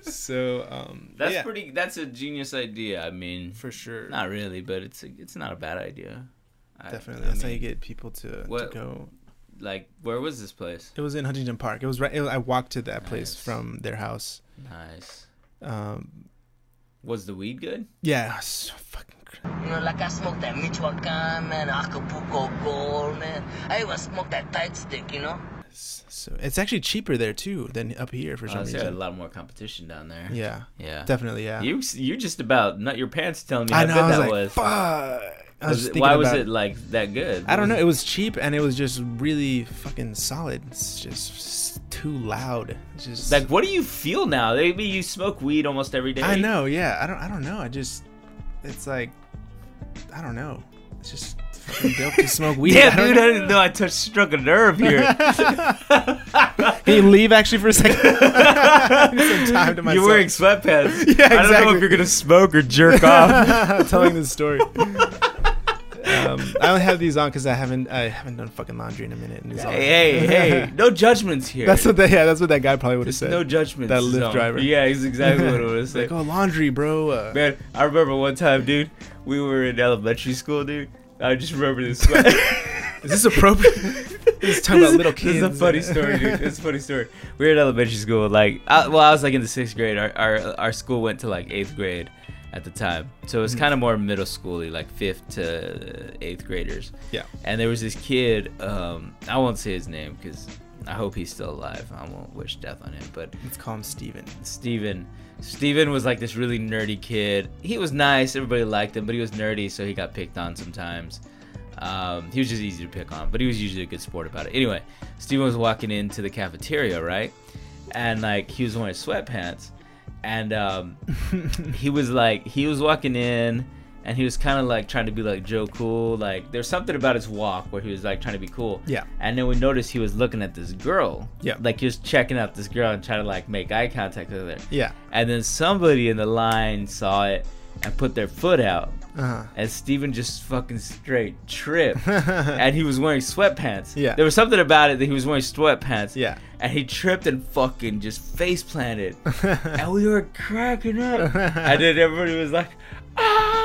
B: So um
A: That's
B: yeah,
A: pretty. That's a genius idea. I mean,
B: for sure.
A: not really, but it's a, it's not a bad idea. I-
B: Definitely.
A: I
B: That's how
A: mean,
B: you get people to, to
A: What-
B: go.
A: Like, where was this place?
B: It was in Huntington Park. It was right it, I walked to that place
A: Nice.
B: from their house.
A: Nice.
B: Um
A: Was the weed good?
B: yeah, so fucking cr-
E: You know, like I smoked that Michoacan, man, Acapulco Gold, man. I even smoked that tight stick, you know?
B: so it's actually cheaper there too than up here for some
A: Uh, there had a
B: reason.
A: lot more competition down there.
B: Yeah.
A: Yeah.
B: Definitely, yeah.
A: You you just about nut your pants telling me how
B: I know
A: good
B: I was
A: that
B: like
A: was.
B: fuck. I
A: Was it-
B: was, just thinking
A: why was
B: about-
A: it like that good?
B: I don't know. It was cheap and it was just really fucking solid. It's just s- too loud. It's just
A: Like, what do you feel now? Maybe you smoke weed almost every day. <laughs>
B: I know, yeah. I don't I don't know. I just it's like I don't know. It's just fucking dope to
A: <laughs>
B: smoke weed.
A: Damn,
B: I don't
A: dude, I
B: know.
A: didn't know I touched struck a
B: <laughs>
A: nerve here.
B: Can you leave actually for a second?
A: <laughs>
B: Some time to myself.
A: You're wearing sweatpants.
B: <laughs> Yeah,
A: I don't know
B: exactly.
A: if you're gonna smoke or
B: <laughs>
A: jerk off.
B: telling this
A: <laughs>
B: story. um, I only have these on because I haven't I haven't done fucking laundry in a minute. And it's all-
A: hey,
B: <laughs>
A: hey, hey! No judgments here.
B: That's what that yeah, that's what that guy probably would have
A: There's
B: said.
A: no judgments.
B: That Lyft
A: zone.
B: driver.
A: Yeah, he's exactly
B: <laughs>
A: what it was.
B: like, oh laundry, bro. Uh,
A: Man, I remember one time, dude. We were in elementary school, dude. I just remember this. <laughs> sweat.
B: is this appropriate? <laughs>
A: <laughs>
B: He's talking about little kids.
A: This is a funny story, dude. This is a funny story. We were in elementary school. Like, I, well, I was like in the sixth grade. Our, our our school went to like eighth grade at the time, so it
B: Hmm.
A: was kind of more middle schooly, like fifth to eighth graders.
B: Yeah.
A: And there was this kid. Um, I won't say his name because I hope he's still alive. I won't wish death on him, but
B: Let's call him Steven.
A: Steven. Steven was like this really nerdy kid. He was nice, everybody liked him, but he was nerdy, so he got picked on sometimes. Um, he was just easy to pick on, but he was usually a good sport about it. Anyway, Steven was walking into the cafeteria, right? And like he was wearing sweatpants, and
B: <laughs>
A: um, he was like he was walking in, and he was kind of like trying to be like Joe cool. Like there's something about his walk where he was like trying to be cool.
B: Yeah.
A: And then we noticed he was looking at this girl.
B: Yeah.
A: Like he was checking out this girl and trying to like make eye contact with her.
B: Yeah.
A: And then somebody in the line saw it and put their foot out.
B: Uh-huh.
A: And Steven just fucking straight
B: <laughs>
A: tripped. and he was wearing sweatpants.
B: Yeah.
A: There was something about it that he was wearing sweatpants.
B: Yeah.
A: And he tripped and fucking just face
B: <laughs>
A: planted. and we were cracking up. and then everybody was like, ah!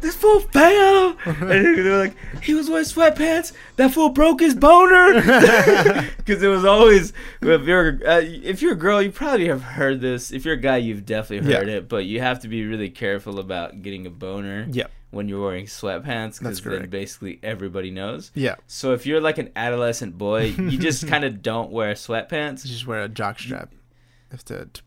D: this fool fell. And they're like, he was wearing sweatpants. That fool broke his
B: <laughs>
D: boner. Because it was always,
A: if you're uh, if you're a girl, you probably have heard this. If you're a guy, you've definitely
B: Yeah.
A: heard it. But you have to be really careful about getting a boner
B: Yeah.
A: when you're wearing sweatpants,
B: That's
A: because then
B: correct.
A: basically everybody knows.
B: Yeah.
A: So if you're like an adolescent boy, you
B: <laughs>
A: just kind of don't wear sweatpants.
B: Just wear a jock strap. If to, to-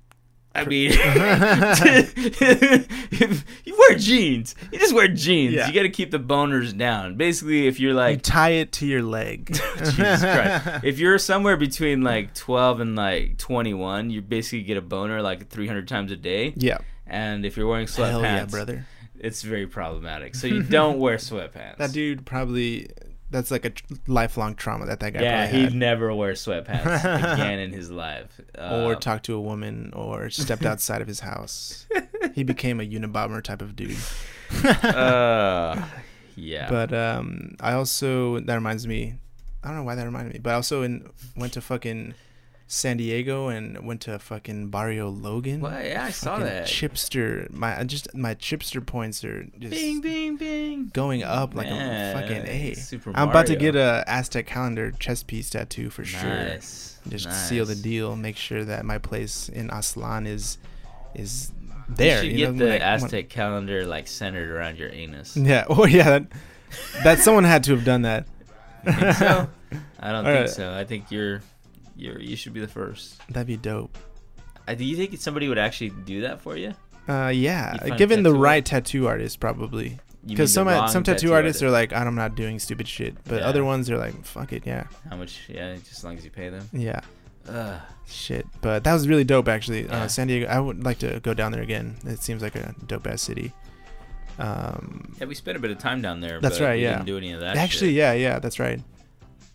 A: I mean,
B: <laughs>
A: if <laughs> you wear jeans. You just wear jeans.
B: Yeah.
A: You got to keep the boners down. Basically, if you're
B: you <laughs>
A: like <laughs>
B: tie it to your leg.
A: Jesus
B: <laughs>
A: Christ, if you're somewhere between like 12 and like 21, you basically get a boner like 300 times a day.
B: yeah.
A: And if you're wearing sweatpants,
B: Hell yeah, brother.
A: it's very problematic.
B: <laughs>
A: So you don't wear sweatpants.
B: That dude probably. That's like a tr- lifelong trauma that that guy
A: yeah,
B: probably
A: he
B: had.
A: never wear
B: <laughs>
A: sweatpants again in his life. Uh,
B: or talked to a woman
A: <laughs>
B: or stepped outside of his house. he became a Unabomber type of dude.
A: <laughs>
B: <sighs>
A: uh, yeah.
B: <laughs> But um, I also that reminds me, I don't know why that reminded me, but I also in, went to fucking San Diego and went to fucking Barrio Logan.
A: well, yeah, I saw
B: Fucking
A: that.
B: Chipster, my I just my chipster points are just
A: Bing, bing, bing.
B: going up like
A: Yeah,
B: a fucking a.
A: Super
B: I'm about to
A: Mario.
B: get a Aztec calendar chest piece tattoo for sure.
A: Nice.
B: Just
A: nice.
B: seal the deal, make sure that my place in Aslan is is there.
A: You should
B: you
A: get
B: know,
A: the
B: when I- when-
A: Aztec calendar like centered around your <laughs>
B: <laughs>
A: anus.
B: Yeah. Oh yeah. That, that someone had to have done that. <laughs>
A: Think so? I don't think
B: Alright.
A: so. I think you're, you're, you should be the first.
B: That'd be dope.
A: I, do you think somebody would actually do that for you?
B: Uh,
A: You
B: yeah,
A: find
B: given the
A: tattoo
B: right tattoo artist, probably.
A: You mean the
B: Because some uh,
A: wrong
B: some tattoo, artists are
A: artist.
B: like, I'm not doing stupid shit, but
A: Yeah.
B: other ones are like, fuck it, yeah,
A: how much? Yeah, just as long as you pay them.
B: yeah,
A: Ugh.
B: shit. But that was really dope, actually.
A: Yeah.
B: Uh, San Diego, I would like to go down there again. It seems like a dope ass city. Um,
A: Yeah, we spent a bit of time down there.
B: That's
A: but
B: right,
A: We
B: yeah.
A: didn't do any of that.
B: actually,
A: shit.
B: yeah, yeah, that's right.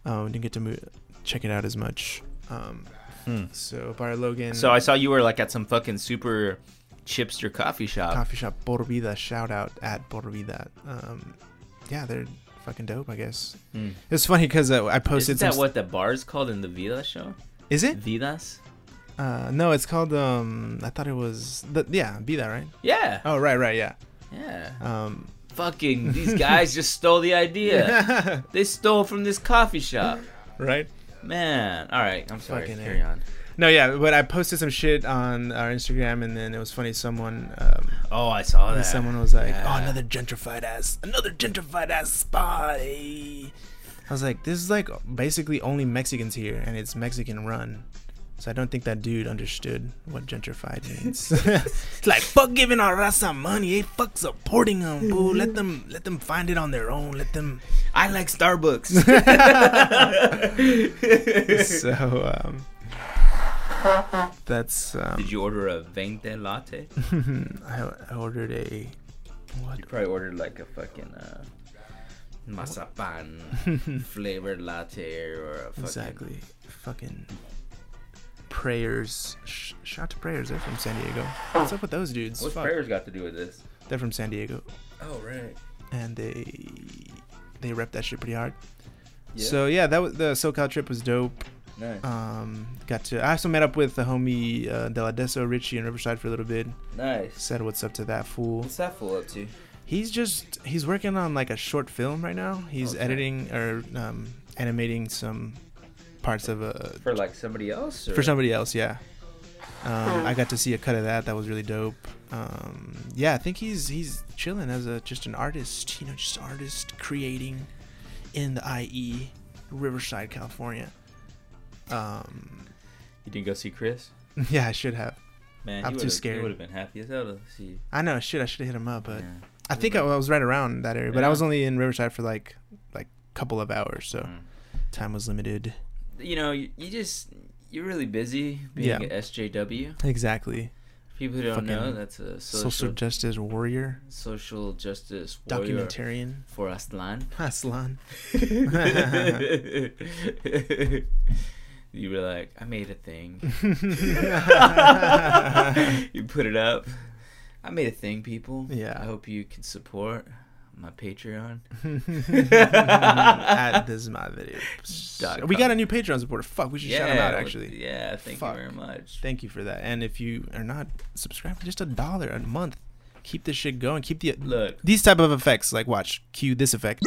B: Um, didn't get to move, check it out as much. Um,
A: Hmm.
B: so Bar Logan,
A: So I saw you were like at some fucking super chipster coffee shop.
B: coffee shop Por Vida. Shout out at Por Vida. Um, yeah, they're fucking dope. I guess
A: Mm.
B: it's funny because uh, I posted
A: Isn't
B: some.
A: that what the bar's called in the Vida show?
B: st- is it?
A: Vidas?
B: Uh, no, it's called. Um, I thought it was. The, yeah, be that right.
A: Yeah.
B: Oh, right, right, yeah.
A: Yeah.
B: Um,
A: Fucking these guys just stole the
B: <laughs>
A: idea. They stole from this coffee shop.
B: right.
A: Man. All right. I'm sorry.
B: Fucking A.
A: Carry on.
B: No, yeah, but I posted some shit on our Instagram, and then it was funny. Someone, um,
A: Oh, I saw that.
B: someone was like,
A: Yeah.
B: "Oh, another gentrified ass, another gentrified ass spot." eh." I was like, "This is like basically only Mexicans here, and it's Mexican run." So I don't think that dude understood what gentrified means. it's like fuck giving our raza money, eh? Fuck supporting them, boo. Let them let them find it on their own. Let them. <laughs>
A: I like Starbucks.
B: so um that's um
A: Did you order a 20 latte?
B: I, I ordered a
A: You probably ordered like a fucking uh,
B: <laughs>
A: masapan flavored latte or a fucking.
B: exactly fucking prayers Sh- shout out to prayers they're from san diego what's up with those dudes
A: What's
B: Fuck.
A: prayers got to do with this?
B: they're from san diego
A: Oh right.
B: and they they rep that shit pretty hard
A: Yeah.
B: so yeah that was the socal trip was dope
A: Nice.
B: um got to i also met up with the homie uh deladeso richie in riverside for a little bit
A: nice.
B: said what's up to that fool
A: What's that fool up to?
B: He's just he's working on like a short film right now. He's
A: Okay.
B: editing or um, animating some parts of a
A: For like somebody else? Or?
B: for somebody else. Yeah, um, I got to see a cut of that. That was really dope. Um, yeah, I think he's he's chilling as a just an artist. You know, just artist creating in the IE Riverside, California. Um, <laughs>
A: You didn't go see Chris?
B: yeah, I should have.
A: Man, he
B: I'm too
A: would've- He
B: scared.
A: would have been happy as hell to see. you.
B: I know, shit, I should have hit him up, but
A: Yeah.
B: I think I was right around that area, but
A: Yeah.
B: I was only in Riverside for like like couple of hours, so
A: Mm.
B: time was limited.
A: You know, you, you just you're really busy being
B: Yeah.
A: a SJW.
B: Exactly.
A: People who don't know,
B: Fucking
A: that's a social
B: Social, justice warrior,
A: social justice warrior
B: documentarian, <laughs>
A: for Aslan. <laughs>
B: Aslan.
A: you were like, I made a
B: <laughs>
A: thing. you put it up. I made a thing, people.
B: Yeah.
A: I hope you can support my
B: <laughs>
A: Patreon. <laughs>
B: At this is my video.
A: Dot
B: We
A: com.
B: got a new Patreon supporter. Fuck, we should shout him out actually.
A: Yeah, thank
B: Fuck.
A: you very much.
B: Thank you for that. And if you are not subscribed for just a dollar a month, keep this shit going. Keep the
A: Look.
B: these type of effects. Like watch, cue this effect.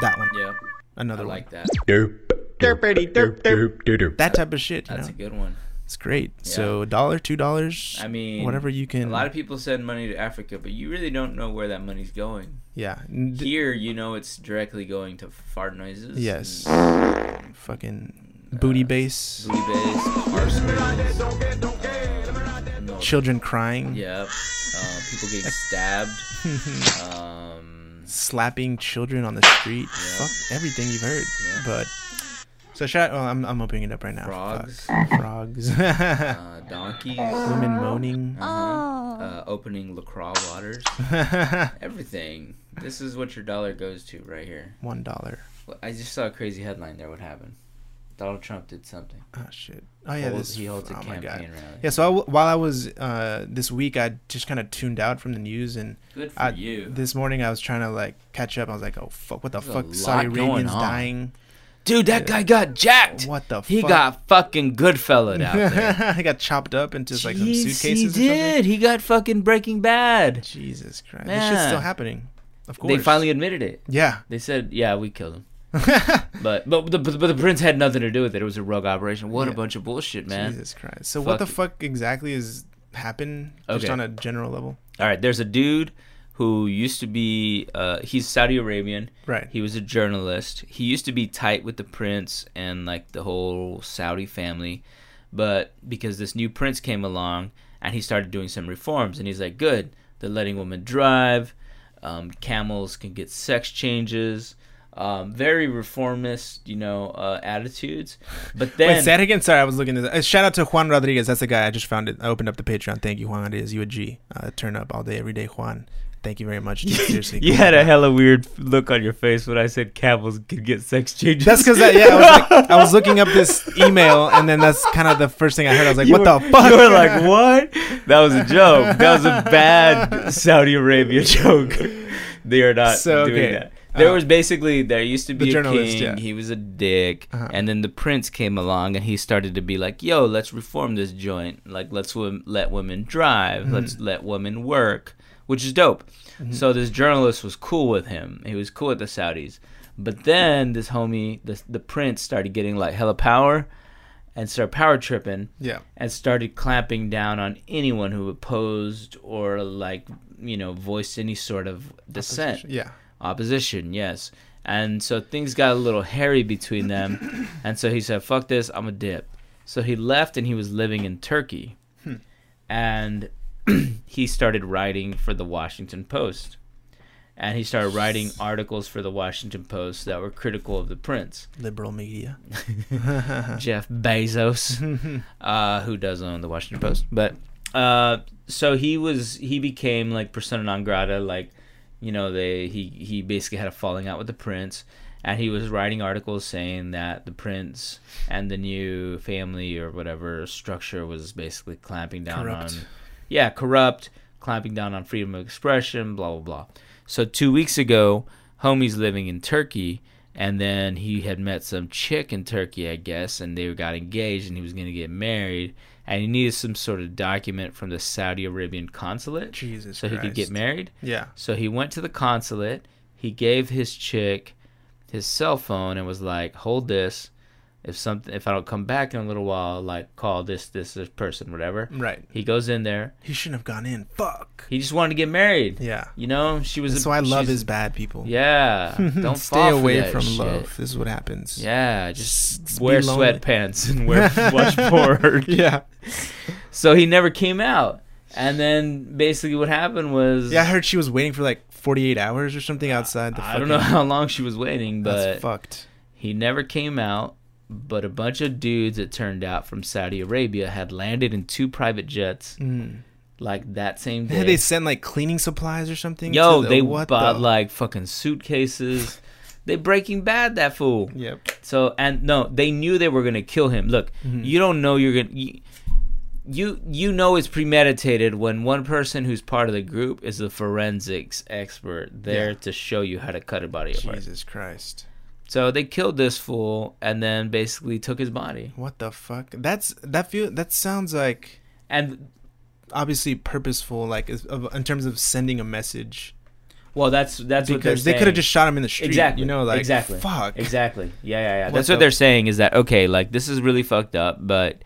B: That one,
A: Yeah, I
B: another one.
A: like that.
B: that type of shit. You know?
A: That's a good one.
B: It's great. So a dollar, two dollars.
A: I mean,
B: whatever you can.
A: A lot of people send money to Africa, but you really don't know where that money's going.
B: yeah. N- d-
A: Here, you know it's directly going to fart noises.
B: Yes.
A: and
B: Fucking
A: Uh,
B: booty bass.
A: Booty bass, arseholes, no,
B: Children crying.
A: Yep. Uh, people getting stabbed. um,
B: <laughs> Slapping children on the street. Fuck everything you've heard.
A: Yeah.
B: But so should I? Well, I'm I'm opening it up right now.
A: Frogs.
B: Fuck. Frogs. <laughs>
A: uh, donkeys.
B: Women moaning. <laughs>
A: Uh, opening lacroix waters. Everything. This is what your dollar goes to right here.
B: One dollar.
A: Well, I just saw a crazy headline there. What happened? Donald Trump did something.
B: Oh shit. Oh yeah.
A: Holds-
B: this.
A: he holds a
B: oh my
A: campaign
B: god.
A: rally.
B: Yeah. So I w while I was uh this week, I just kind of tuned out from the news and.
A: Good for
B: I,
A: you.
B: This morning I was trying to like catch up. I was like, oh fuck, what the
A: There's a
B: fuck?
A: lot
B: Saudi
A: going
B: Arabians
A: on.
B: dying.
A: Dude, that guy got jacked.
B: What the
A: He
B: fuck?
A: got fucking good fellowed
B: <laughs>
A: out there.
B: I got chopped up into like some
A: Jeez,
B: suitcases.
A: he
B: or something.
A: did. He got fucking Breaking Bad.
B: Jesus Christ, this shit's
A: Man.
B: still happening. Of course.
A: They finally admitted it.
B: Yeah.
A: They said, "Yeah, we killed him." but but the, but the prince had nothing to do with it. It was a rogue operation. What
B: Yeah.
A: a bunch of bullshit, man!
B: <laughs> Jesus Christ. So
A: Fuck
B: what the
A: it.
B: fuck exactly is happened? Just
A: Okay.
B: on a general level.
A: All right, there's a dude who used to be uh, he's Saudi Arabian.
B: Right.
A: He was a journalist. He used to be tight with the prince and like the whole Saudi family, but because this new prince came along and he started doing some reforms, and he's like, "Good, they're letting women drive. Um, camels can get sex changes." Um, very reformist, you know, uh, attitudes. But then
B: Wait, say that again. Sorry, I was looking at that. Uh, shout out to Juan Rodriguez. That's the guy I just found it. I opened up the Patreon. Thank you, Juan Rodriguez. You a G. Uh, turn up all day, every day, Juan. Thank you very <laughs> much. Dude. Seriously.
A: You had a hella weird look on your face when I said camels could get sex changes.
B: That's because yeah, I
A: <laughs>
B: was, <laughs> like, I was looking up this email, and then that's kind of the first thing I heard. I was like,
A: You
B: "What
A: were-
B: the fuck?"
A: You were like, "What?" That was a joke. That was a bad Saudi Arabia <laughs> joke. they are not
B: So,
A: doing
B: okay.
A: that. There
B: Uh,
A: was basically there used to be a
B: journalist,
A: king.
B: yeah.
A: He was a dick,
B: Uh-huh.
A: and then the prince came along, and he started to be like, "Yo, let's reform this joint. Like, let's wom- let women drive. Let's let women work." Which is dope. So this journalist was cool with him. He was cool with the Saudis. But then this homie, the, the prince, started getting like hella power, and started power tripping
B: <laughs> yeah,
A: and started clamping down on anyone who opposed or like you know voiced any sort of dissent opposition,
B: yeah.
A: yes and so things got a little hairy between them and so he said fuck this i'm a dip so he left and he was living in turkey and <clears throat> he started writing for the washington post and he started writing articles for the washington post that were critical of the prince
B: Liberal media.
A: Jeff Bezos, uh, who does own the Washington Post. But uh, so he was he became like persona non grata. Like you know they he he basically had a falling out with the prince, and he was writing articles saying that the prince and the new family or whatever structure was basically clamping down
B: Corrupt.
A: on yeah, corrupt, clamping down on freedom of expression, blah blah blah. So two weeks ago, homie's living in Turkey, and then he had met some chick in Turkey, I guess, and they got engaged, and he was gonna get married, and he needed some sort of document from the Saudi Arabian consulate,
B: Jesus
A: so he could get
B: Christ.
A: married.
B: Yeah.
A: So he went to the consulate. He gave his chick his cell phone and was like, "Hold this. If something, if I don't come back in a little while, like call this this, this person, whatever."
B: Right.
A: He goes in there.
B: He shouldn't have gone in. Fuck.
A: He just wanted to get married.
B: Yeah.
A: You know, she was.
B: That's why love
A: she's-
B: is bad, people. <laughs> Mm,
A: Yeah. Don't
B: Stay away from
A: shit.
B: love. This is what happens.
A: Yeah,
B: Just
A: just
B: be
A: wear
B: lonely.
A: sweatpants and
B: <laughs>
A: wear watch porn.
B: Yeah.
A: So he never came out. And then basically what happened was
B: Yeah. I heard she was waiting for like 48 hours or something outside the.
A: I don't know
B: fucking-
A: how long she was waiting, but
B: That's fucked.
A: he never came out. But a bunch of dudes, it turned out, from Saudi Arabia had landed in two private jets like that same day.
B: Mm. They send like cleaning supplies or something.
A: Yo,
B: to the-
A: they
B: what
A: bought
B: the-
A: like fucking suitcases. they Breaking Bad that fool.
B: Yep.
A: So and no, they knew they were gonna kill him. Look,
B: Mm-hmm.
A: you don't know you're gonna. You, you you know it's premeditated when one person who's part of the group is the forensics expert there
B: Yeah.
A: to show you how to cut a body apart.
B: Jesus Christ.
A: So they killed this fool and then basically took his body.
B: What the fuck? That's that feel. That sounds like.
A: And
B: obviously purposeful, like is- of, in terms of sending a message.
A: Well, that's that's what they're
B: because they could have
A: saying.
B: just shot him in the street.
A: exactly
B: You know, like
A: exactly
B: fuck.
A: exactly yeah yeah yeah.
B: What
A: that's what
B: the-
A: they're saying is that okay, like this is really fucked up, but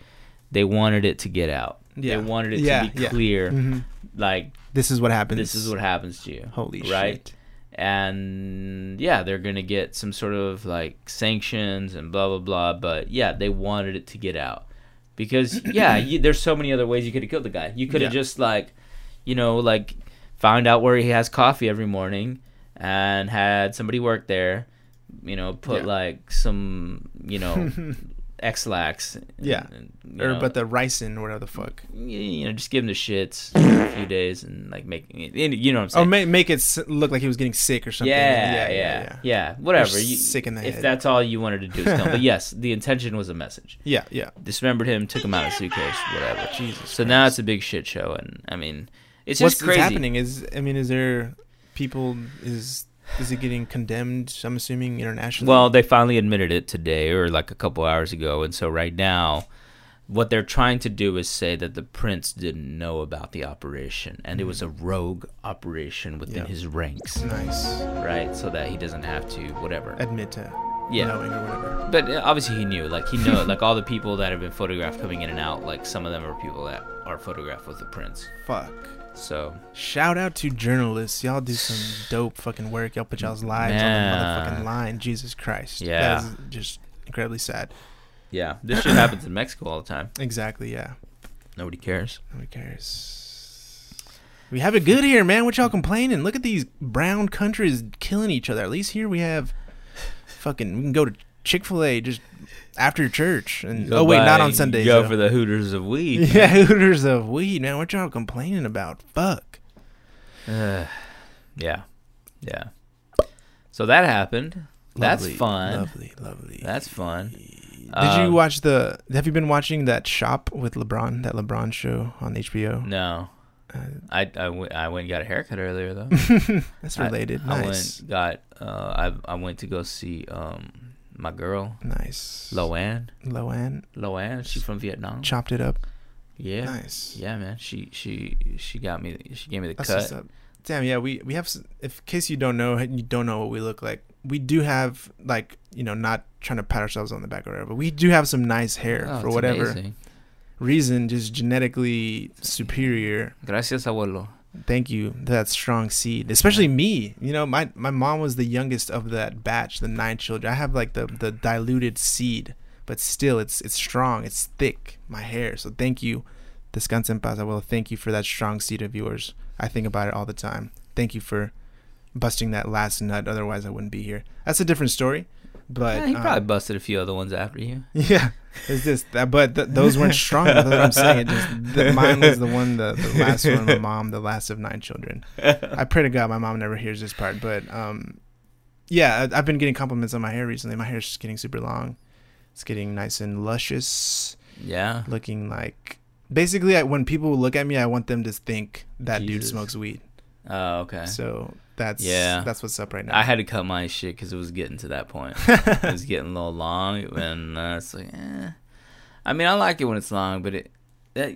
A: they wanted it to get out.
B: Yeah.
A: They wanted it
B: Yeah,
A: to be
B: yeah.
A: clear,
B: Mhm.
A: like
B: This is what happens.
A: this is what happens to you.
B: Holy
A: right?
B: shit.
A: And yeah, they're gonna get some sort of like sanctions and blah blah blah. But yeah, they wanted it to get out because
B: <clears throat>
A: yeah, you, there's so many other ways you could have killed the guy. You could have
B: Yeah.
A: just like, you know, like found out where he has coffee every morning and had somebody work there. You know, put
B: Yeah.
A: like some you
B: <laughs>
A: know X-lax. and-
B: Yeah.
A: and, you
B: Or
A: know,
B: but the ricin or whatever the fuck.
A: you you know, just give him the shits for a few days and like making it. You know what I'm saying?
B: Or make Oh, make it s- look like he was getting sick or something.
A: Yeah, yeah, yeah,
B: yeah, yeah.
A: Whatever.
B: You're
A: You,
B: sick in the
A: if
B: head.
A: that's all you wanted to do, is kill him.
B: <laughs>
A: but yes, the intention was a message.
B: Yeah, yeah.
A: Dismembered him, took him out of the suitcase, whatever. Jesus. So now it's a big shit show, and I mean, it's
B: What's
A: just crazy.
B: happening? Is I mean, is there people? Is is it getting condemned? I'm assuming internationally.
A: Well, they finally admitted it today, or like a couple hours ago, and so right now, what they're trying to do is say that the prince didn't know about the operation, and it was
B: Hmm.
A: a rogue operation within
B: Yeah.
A: his ranks,
B: nice.
A: right? So that he doesn't have to, whatever.
B: Admit to
A: Yeah.
B: knowing or whatever.
A: But uh, obviously he knew, <laughs> like he know, like all the people that have been photographed coming in and out, like some of them are people that are photographed with the prints.
B: Fuck.
A: So
B: Shout out to journalists. Y'all do some dope fucking work. Y'all put y'all's lives on the
A: Man.
B: motherfucking line. Jesus Christ.
A: Yeah.
B: That is just incredibly sad.
A: yeah, this shit happens in Mexico all the time.
B: Exactly, yeah.
A: Nobody cares.
B: Who cares? We have it good here, man. What y'all complaining? Look at these brown countries killing each other. At least here we have fucking we can go to Chick fil A just after church and oh wait, not on Sundays.
A: Go
B: though. <laughs>
A: for the Hooters of weed.
B: yeah, hooters of weed, man. What y'all complaining about? Fuck.
A: Ugh. yeah, yeah. So that happened. That's
B: Lovely,
A: fun. um,
B: Lovely, lovely.
A: That's fun. Did
B: Did you watch the? Have you been watching that Shop with LeBron? That LeBron show on HBO.
A: No. I, I, w- I went and got a haircut earlier
B: <laughs>
A: though.
B: Uh, That's
A: I-
B: related.
A: I,
B: nice,
A: went got uh I I went to go see um my girl
B: nice.
A: Loanne.
B: Loan
A: Loanne, she's from Vietnam.
B: chopped it up.
A: Yeah.
B: Nice.
A: Yeah, man. She she she got me. She gave me the
B: That's what's
A: cut.
B: up. Damn, yeah. We we have. s- If in case you don't know, and you don't know what we look like. We do have like you know, not trying to pat ourselves on the back or whatever, but we do have some nice hair
A: Oh,
B: for
A: it's
B: whatever
A: amazing.
B: reason, just genetically superior.
A: Gracias, abuelo.
B: Thank you to that strong seed, especially me. You know, my my mom was the youngest of that batch, the nine children. I have like the the diluted seed, but still, it's it's strong, it's thick, my hair. So thank you, descanse en paz. I will thank you for that strong seed of yours. I think about it all the time. Thank you for busting that last nut. Otherwise, I wouldn't be here. That's a different story, but
A: Yeah, he
B: um,
A: probably busted a few other ones after you.
B: <laughs> yeah, it's just that, but th- those weren't strong. enough, That's what I'm saying. It just th- mine was the one, the, the last one. My mom, the last of
A: <laughs>
B: nine children. I pray to God my mom never hears this part, but um, yeah, I, I've been getting compliments on my hair recently. My hair's just getting super long. It's getting nice and luscious,
A: Yeah.
B: looking like basically I, when people look at me, I want them to think that dude
A: Jesus.
B: smokes weed.
A: Oh, okay.
B: So that's
A: Yeah.
B: that's what's up right now.
A: I had to cut my shit because it was getting to that
B: <laughs>
A: point. it was getting a little long, and uh, it's like, eh. I mean, I like it when it's long, but it that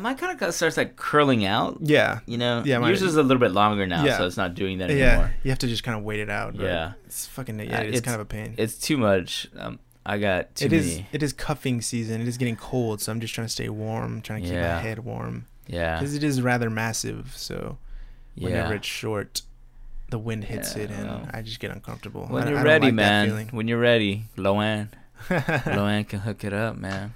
A: my kind of starts like curling out.
B: yeah,
A: You know.
B: Yeah,
A: Yeah.
B: mine-
A: Yours is a little bit longer now,
B: Yeah.
A: so it's not doing that
B: yeah.
A: anymore.
B: You have to just kind of wait it out. but
A: Yeah.
B: it's fucking yeah,
A: Uh,
B: it's,
A: it's-
B: kind of a pain.
A: It's too much. Um, I got too
B: It
A: many.
B: is. It is cuffing season. It is getting cold, so I'm just trying to stay warm, trying to keep my
A: Yeah.
B: head warm
A: Yeah.
B: because it is rather massive. So whenever
A: Yeah.
B: it's short, the wind hits
A: Yeah,
B: it, and
A: well.
B: I just get uncomfortable. I
A: When
B: don't- I
A: you're
B: don't
A: ready,
B: like that
A: man.
B: feeling.
A: When you're ready,
B: <laughs>
A: Loanne. Loanne can hook it up, man.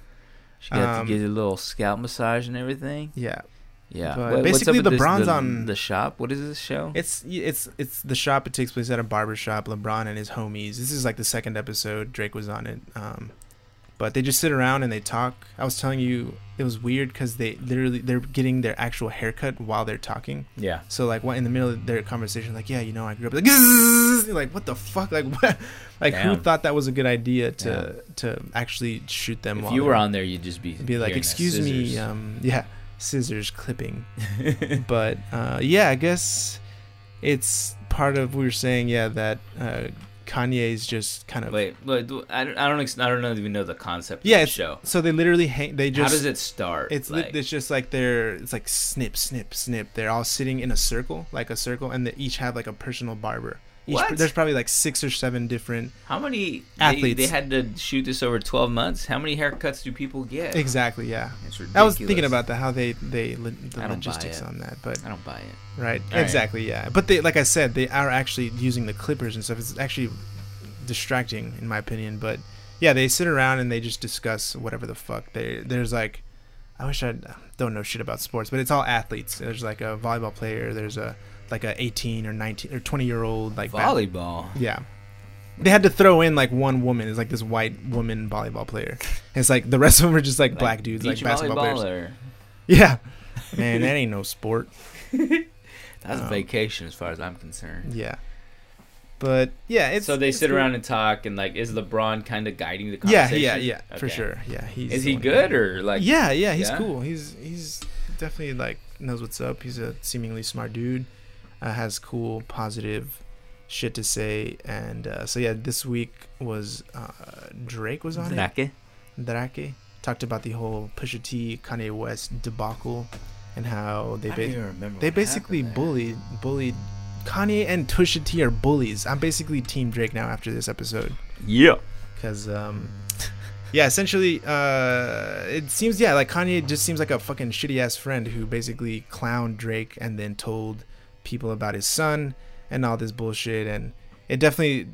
A: She got
B: Um,
A: to get a little scalp massage and everything.
B: yeah,
A: Yeah.
B: but
A: Wha- what's up
B: basically
A: with
B: the
A: this-
B: bronze
A: the,
B: on-
A: the shop. What is this show?
B: it's it's it's the shop. It takes place at a barber shop. LeBron and his homies. This is like the second episode. Drake was on it. Um, but they just sit around and they talk. I was telling you, it was weird because they literally they're getting their actual haircut while they're talking.
A: yeah.
B: So like what in the middle of their conversation, like yeah, you know, I grew up like "Gzzz," <laughs> like what the fuck, like <laughs> what, like who
A: Damn.
B: thought that was a good idea to to actually shoot them?
A: If
B: while
A: you
B: they
A: were on there, you'd just be
B: be like,
A: hearing that
B: excuse me,
A: scissors."
B: um, yeah, scissors
A: <laughs>
B: clipping. but uh, yeah, I guess it's part of we were saying yeah that uh, Kanye's just kind of
A: Wait, wait. do- I don't. I don't. ex- I don't even know the concept.
B: yeah.
A: of the
B: It's,
A: show.
B: So they literally hang. They just
A: How does it start?
B: It's li-
A: like,
B: it's just like they're it's like snip snip snip. They're all sitting in a circle, like a circle, and they each have like a personal barber. Each,
A: What?
B: There's probably like six or seven different.
A: how many
B: athletes.
A: They, they had to shoot this over twelve monmonths. How many haircuts do people get?
B: Exactly, yeah.
A: It's
B: I was thinking
A: ridiculous.
B: about the how they they lo- the
A: I don't buy
B: logistics
A: it.
B: on that, but
A: I don't buy it.
B: right,
A: right.
B: exactly, yeah. But they like I said, they are actually using the clippers and stuff. It's actually distracting in my opinion, but yeah, they sit around and they just discuss whatever the fuck. They there's like, I wish I don't know shit about sports, but it's all athletes. There's like a volleyball player. There's a like a 18 or 19 or 20 year old like ba-
A: Volleyball.
B: yeah. They had to throw in like one woman. It's like this white woman
A: <laughs>
B: volleyball player. And it's like the rest of them are just like, black dudes, like
A: beach
B: basketball
A: volleyball
B: players.
A: or-
B: Yeah. Man, that ain't no sport.
A: That's
B: Um,
A: vacation, as far as I'm concerned.
B: Yeah. But yeah, it's
A: so they
B: it's
A: sit
B: good.
A: around and talk, and like, is LeBron kind of guiding the
B: Yeah,
A: conversation?
B: yeah, yeah, for
A: Okay.
B: sure. Yeah, he's
A: Is
B: the
A: he
B: one-
A: good or like?
B: yeah, yeah, he's
A: yeah?
B: cool. He's he's definitely like knows what's up. He's a seemingly smart dude. Uh, has cool, positive shit to say. And uh, so yeah, this week was uh, Drake was on it.
A: Drake?
B: Drake talked about the whole Pusha T Kanye West debacle and how they ba-
D: remember.
B: they basically bullied bullied Kanye and Pusha T are bullies. I'm basically Team Drake now after this episode
D: Yeah.
B: because um, yeah, essentially uh, it seems yeah like Kanye just seems like a fucking shitty ass friend who basically clowned Drake and then told people about his son and all this bullshit and it definitely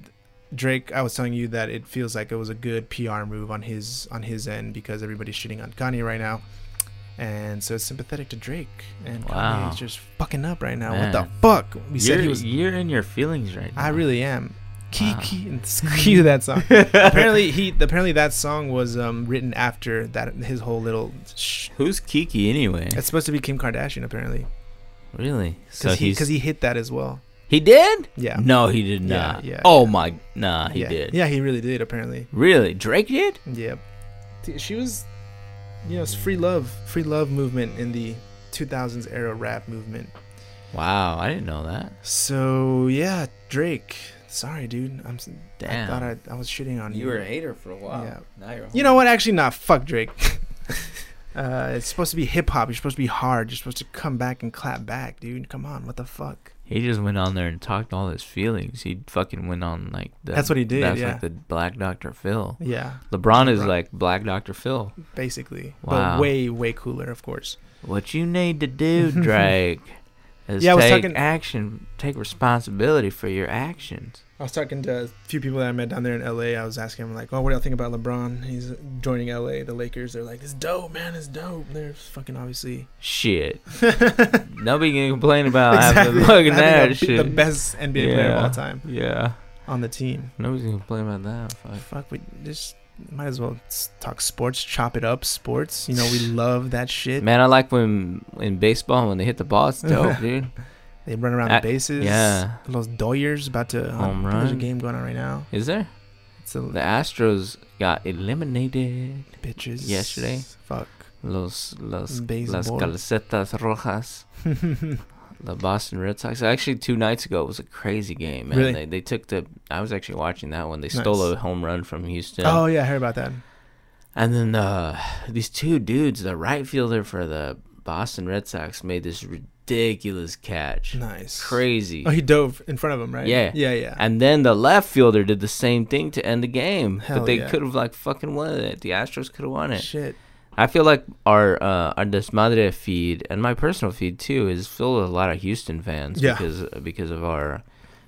B: Drake, I was telling you that it feels like it was a good PR move on his on his end because everybody's shitting on Kanye right now, and so it's sympathetic to Drake and
A: Wow.
B: Kanye's just fucking up right now.
A: Man.
B: What the fuck? We
A: you're,
B: said he was.
A: you're in your feelings right now.
B: I really am.
A: Wow.
B: Kiki and <laughs> skew that song. apparently he apparently that song was um, written after that his whole little. Sh-
A: Who's Kiki anyway?
B: it's supposed to be Kim Kardashian apparently
A: really? So
B: because he
A: he's
B: because he hit that as well.
A: he did?
B: Yeah.
A: No, he did
B: Yeah,
A: not.
B: yeah,
A: oh my, nah, he
B: yeah.
A: did.
B: Yeah, he really did apparently.
A: Really? Drake did?
B: Yep. T- She was, you know, it's free love, free love movement in the 2000s era rap movement.
A: Wow, I didn't know that.
B: So yeah, Drake. Sorry, dude. I'm. s- I
A: Damn.
B: thought I, I was shitting on you.
A: hater for a while.
B: Yeah.
A: Now you're.
B: You know what? Actually, not. Fuck Drake. <laughs> uh, it's supposed to be hip hop. You're supposed to be hard. You're supposed to come back and clap back, dude. Come on. What the fuck?
A: He just went on there and talked all his feelings. He fucking went on like the,
B: That's what he did,
A: That's
B: yeah.
A: like the Black Doctor Phil.
B: Yeah,
A: LeBron is
B: LeBron.
A: like Black Doctor Phil.
B: basically. But
A: Wow.
B: way, way cooler, of course.
A: What you need to
B: <laughs>
A: do, Drake, is
B: Yeah, I was
A: take
B: talking-
A: action, take responsibility for your actions.
B: I was talking to a few people that I met down there in LA. I was asking him like, "Oh, what do y'all think about LeBron? He's joining LA, the Lakers." They're like, "It's dope, man. It's dope." They're fucking obviously
A: Shit,
B: exactly.
A: nobody
B: <laughs>
A: can complain about having
B: having
A: fucking that
B: a-
A: shit.
B: the best NBA player of all time
A: Yeah,
B: on the team.
A: nobody can complain about that. Fuck.
B: Fuck, we just might as well s- talk sports, chop it up, sports. You know,
A: <laughs>
B: we love that shit.
A: Man, I like when in baseball when they hit the ball, it's
B: <laughs>
A: dope, dude.
B: They run around
A: I-
B: the bases.
A: yeah.
B: Los Doyers about to
A: Home
B: I think There's a
A: run.
B: game going on right now.
A: Is there?
B: It's a
A: The Astros got eliminated.
B: bitches.
A: yesterday.
B: Fuck.
A: Los los las
B: Baseball.
A: calcetas
B: <laughs>
A: rojas. The Boston Red Sox. Actually, two nights ago it was a crazy game, man.
B: Really?
A: They they took the. I was actually watching that one. They
B: Nice.
A: stole a home run from Houston.
B: Oh yeah, I heard about that.
A: And then uh, these two dudes, the right fielder for the Boston Red Sox, made this ridiculous catch.
B: Nice.
A: Crazy.
B: Oh, he dove in front of him, right?
A: Yeah.
B: Yeah, yeah.
A: And then the left fielder did the same thing to end the game.
B: Hell
A: but they
B: yeah.
A: could have like fucking won it. The Astros could have won it.
B: Shit.
A: I feel like our uh, our Desmadre feed and my personal feed too is filled with a lot of Houston fans
B: Yeah.
A: because uh, because of our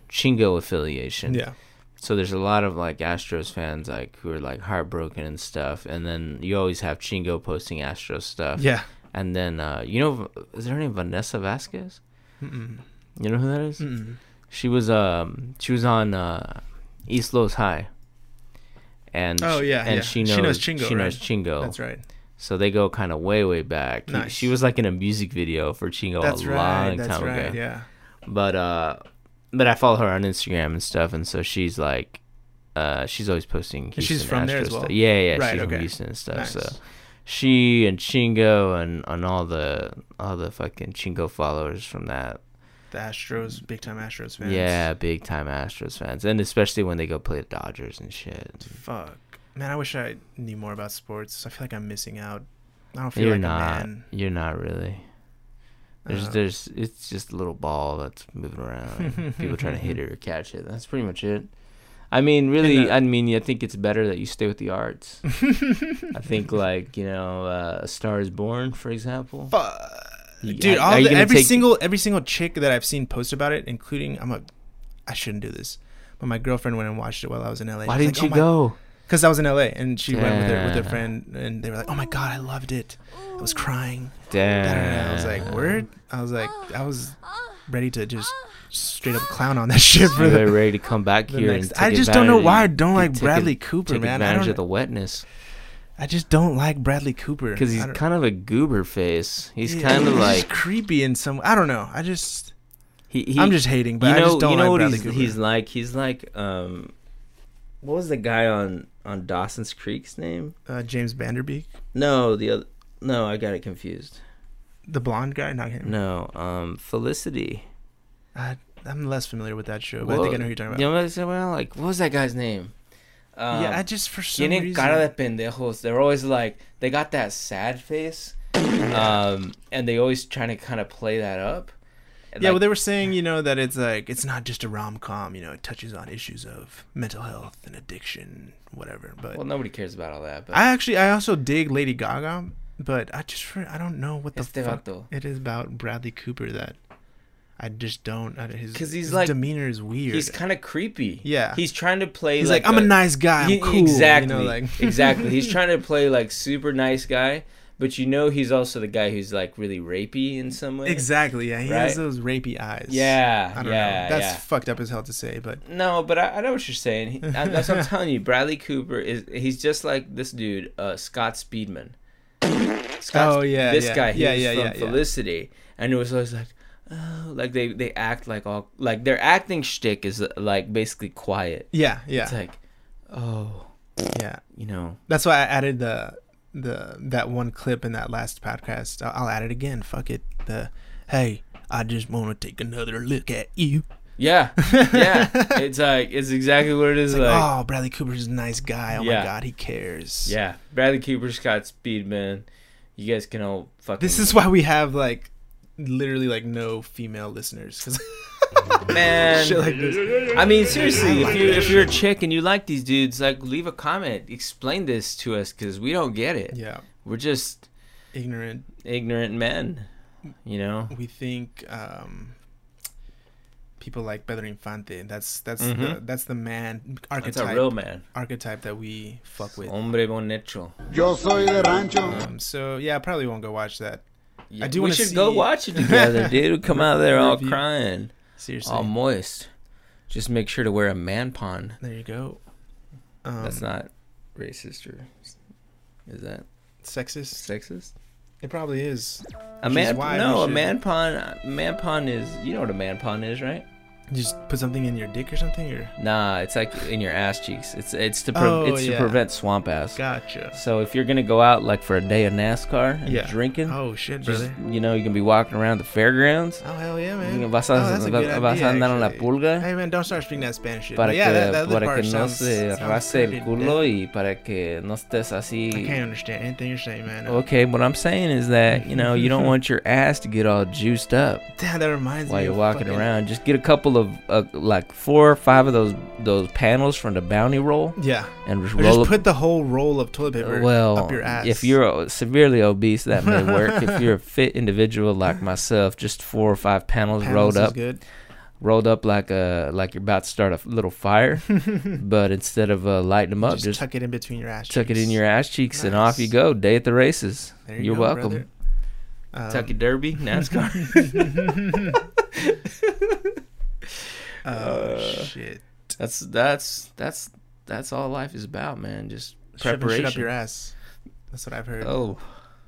A: Chingo affiliation.
B: Yeah.
A: So there's a lot of like Astros fans like who are like heartbroken and stuff, and then you always have Chingo posting Astros stuff.
B: Yeah.
A: And then uh, you know, is her name Vanessa Vasquez?
B: Mm-mm.
A: You know who that is?
B: Mm-mm.
A: She was um she was on uh, East Los High. And
B: Oh, yeah,
A: and
B: yeah.
A: she knows she knows Chingo.
B: That's right.
A: So they go kind of way, way back. He-
B: Nice.
A: she was like in a music video for Chingo
B: That's
A: a
B: right.
A: long
B: That's
A: time
B: right.
A: ago.
B: Yeah.
A: But uh, but I follow her on Instagram and stuff, and so she's like, uh, she's always posting. Houston
B: she's from there
A: Astros
B: as well?
A: Stuff. Yeah, yeah,
B: Right,
A: she's
B: okay.
A: from Houston and stuff.
B: Nice.
A: So she and Chingo and on all the all the fucking Chingo followers from that
B: the Astros, big time Astros fans.
A: Yeah, big time Astros fans, and especially when they go play the Dodgers and shit.
B: Fuck. Man, I wish I knew more about sports. I feel like I'm missing out. I don't feel
A: You're
B: like a
A: not.
B: man.
A: You're not really. There's
B: Uh,
A: there's it's just a little ball that's moving around. People trying to hit <laughs> it or catch it. That's pretty much it. I mean, really,
B: the-
A: I mean, I think it's better that you stay with the arts. <laughs> I think, like you know, uh, A Star Is Born, for example.
B: Fuck.
A: You-
B: Dude,
A: are-
B: all
A: are you
B: the,
A: gonna
B: every
A: take-
B: single every single chick that I've seen post about it, including I'm a, I shouldn't do this, but my girlfriend went and watched it while I was in LA.
A: Why didn't you go?
B: Because "Oh I was in LA and she went with her with
A: Damn.
B: her friend and they were like, oh my god, I loved it. I was crying.
A: Damn.
B: I was like, word. I was like, I was ready to just straight up clown on that shit for
A: You were
B: the
A: ready to come back
B: the
A: here.
B: next-
A: and
B: I
A: take
B: just don't know
A: advantage-
B: why I don't like
A: take
B: Bradley
A: ad-
B: Cooper,
A: take
B: man. I
A: advantage
B: don't-
A: of the wetness.
B: I just don't like Bradley Cooper
A: Because he's
B: I don't-
A: kind of a goober face. He's
B: Yeah,
A: kind of
B: he's
A: like
B: just creepy in some. I don't know. I just
A: he, he-
B: I'm just hating, but I just don't like
A: what
B: Bradley
A: he's,
B: Cooper.
A: he's like. He's like um, what was the guy on on Dawson's Creek's name?
B: uh, James Vanderbeek,
A: No, the other. No, I got it confused.
B: the blonde guy, not him.
A: No, um, Felicity.
B: I, I'm less familiar with that show, but I
A: What-
B: think I know who you're talking about.
A: You know what I'm saying? Well, like, what was that guy's name? Um,
B: yeah, I just for some
A: tienen
B: reason.
A: cara de pendejos. They're always like they got that sad face, um, and they always trying to kind of play that up. And,
B: yeah,
A: like,
B: well, they were saying, you know, that it's like it's not just a rom com. You know, it touches on issues of mental health and addiction, whatever. But
A: well, nobody cares about all that. But
B: I actually, I also dig Lady Gaga, but I just, re- I don't know what the
A: Este
B: fuck
A: vato.
B: it is about Bradley Cooper that I just don't. I, his,
A: 'Cause he's
B: his
A: like-
B: demeanor is weird.
A: he's kind of creepy.
B: Yeah.
A: he's trying to play.
B: He's like, I'm a, nice guy. I'm
A: uh, He-
B: cool.
A: Exactly.
B: You know, like, <laughs>
A: exactly. He's trying to play like super nice guy, but you know he's also the guy who's like really rapey in some way.
B: exactly. Yeah, he
A: Right?
B: has those rapey eyes.
A: Yeah.
B: I don't
A: yeah.
B: know. That's
A: yeah.
B: fucked up as hell to say, but
A: No, but I, I know what you're saying. He, I, that's
B: <laughs>
A: what I'm telling you. Bradley Cooper is he's just like this dude, uh, Scott Speedman. Scott,
B: Oh, yeah,
A: this
B: yeah.
A: guy. He
B: Yeah,
A: was
B: yeah,
A: from
B: yeah, yeah.
A: Felicity, and it was always like, oh, like they they act like all like their acting shtick is like basically quiet.
B: yeah, yeah,
A: It's like, oh,
B: yeah.
A: you know,
B: That's why I added the the that one clip in that last podcast. I'll, I'll add it again. Fuck it. The hey, I just want to take another look at you.
A: yeah,
B: <laughs>
A: yeah. it's like it's exactly what it is. like,
B: oh, Bradley Cooper's a nice guy. Oh
A: Yeah.
B: my god, he cares.
A: yeah, Bradley Cooper, Scott Speedman. You guys can all fucking.
B: This is why we have like literally like no female listeners <laughs>
A: <laughs>
B: because
A: man.
B: shit like this.
A: I mean, seriously, if you if you're a chick and you like these dudes, like leave a comment, explain this to us because we don't get it.
B: Yeah,
A: We're just
B: ignorant.
A: ignorant men, you know.
B: we think um, people like Pedro Infante. That's that's the,
A: Mhm.
B: that's the man
A: That's
B: archetype
A: a real man,
B: archetype that we fuck with.
A: hombre bonito.
C: Yo soy de rancho.
B: Um, so yeah, I probably won't go watch that.
A: Yeah,
B: do
A: we
B: wanna
A: should
B: see-
A: go
B: <laughs>
A: watch it together, dude. We'll Come out there all
B: Review.
A: crying,
B: Seriously,
A: all moist. Just make sure to wear a man pon.
B: there you go. Um,
A: That's not racist or is that
B: sexist.
A: sexist?
B: It probably is.
A: A
B: Which is
A: man,
B: why we
A: no, a
B: should-
A: man pon, man pon is you know what a man pon is, right?
B: You just put something in your dick or something, or
A: Nah, it's like in your ass cheeks. It's it's to pre-
B: Oh,
A: it's to
B: yeah.
A: prevent swamp ass.
B: gotcha.
A: So if you're gonna go out like for a day of NASCAR and
B: Yeah.
A: drinking,
B: Oh shit,
A: just
B: brother.
A: you know you can be walking around the fairgrounds.
B: Oh hell yeah,
A: You can-
B: man.
A: Vas a,
B: oh, that's a
A: vas-
B: good
A: vas a
B: idea,
A: andar en la
B: actually.
A: pulga
B: Hey man, don't start speaking that Spanish shit.
A: para
B: But yeah,
A: que
B: that, that other
A: para
B: part
A: que no
B: sounds,
A: se
B: sounds
A: rase el
B: pretty
A: culo
B: dead.
A: y para que no estés
B: I can't
A: así.
B: understand anything you're saying, man.
A: Okay, what I'm saying is
B: <laughs>
A: that you know you don't want your ass to get all juiced up
B: Damn, that reminds
A: while
B: me.
A: you're
B: of
A: walking
B: fucking-
A: around. Just get a couple of uh, like four or five of those those panels from the bounty roll
B: Yeah.
A: and just
B: Or
A: roll
B: just
A: up
B: put the whole roll of toilet paper
A: well,
B: up your ass.
A: if you're o- severely obese, that may work.
B: <laughs>
A: if you're a fit individual like myself, just four or five panels,
B: Panels
A: rolled
B: is
A: up,
B: good.
A: rolled up like a like you're about to start a f- little
B: <laughs>
A: fire, but instead of uh, lighting them up,
B: Just,
A: just,
B: tuck it in between your ass.
A: tuck it
B: cheeks.
A: in your ass cheeks and off you
B: Nice.
A: go. Day at the races.
B: There you
A: are
B: go,
A: welcome.
B: brother. Um,
A: Kentucky Derby,
B: <laughs>
A: NASCAR. <laughs>
B: Oh
A: Uh,
B: shit!
A: that's that's that's that's all life is about, man. Just
B: Shoving shit up your
A: preparation.
B: ass. That's what I've heard.
A: Oh,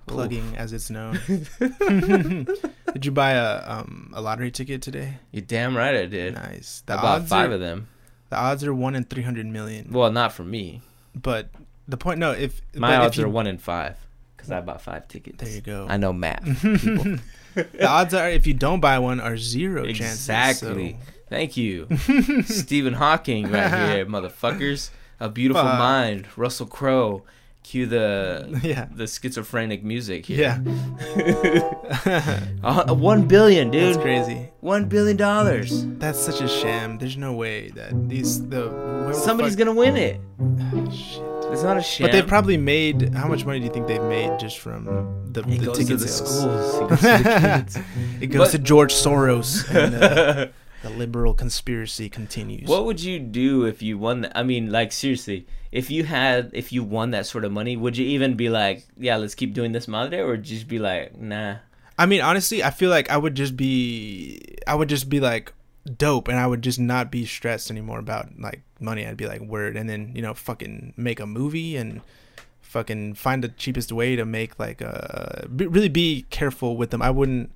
B: Plugging, as
A: <laughs>
B: it's known. <laughs> Did you buy a um, a lottery ticket today?
A: you're damn right I did.
B: Nice. The
A: I bought
B: odds
A: five
B: are,
A: of them.
B: The odds are one in three hundred million.
A: Well, not for me.
B: But the point, no, if
A: My
B: but if
A: odds
B: you-
A: are one in five. because I bought five tickets.
B: There you go.
A: I know
B: <laughs>
A: math. people.
B: the odds are, if you don't buy one, are zero chances. so-
A: exactly. Thank
B: <laughs>
A: you, Stephen Hawking, right here, motherfuckers. A beautiful
B: Fuck.
A: mind, Russell Crowe. Cue the
B: <laughs> Yeah.
A: the schizophrenic music here.
B: Yeah.
A: <laughs> Uh, one billion, dude.
B: That's crazy.
A: One billion dollars.
B: That's such a sham. There's no way that these the where the
A: Somebody's
B: fuck-
A: gonna win it.
B: <sighs> Shit.
A: It's not a sham.
B: But they probably made how much money do you think they've made just from the,
A: it
B: the
A: goes
B: ticket
A: to the
B: sales?
A: schools.
B: <laughs>
A: It goes to the kids.
B: It goes
A: But-
B: to George Soros. And, uh,
A: <laughs>
B: the liberal conspiracy continues.
A: What would you do if you won? That? I mean, like seriously, if you had, if you won that sort of money, would you even be like, yeah, let's keep doing this madre, or just be like, nah?
B: I mean, honestly, I feel like I would just be, I would just be like dope, and I would just not be stressed anymore about like money. I'd be like word, and then you know, fucking make a movie and fucking find the cheapest way to make like uh be, really be careful with them. I wouldn't.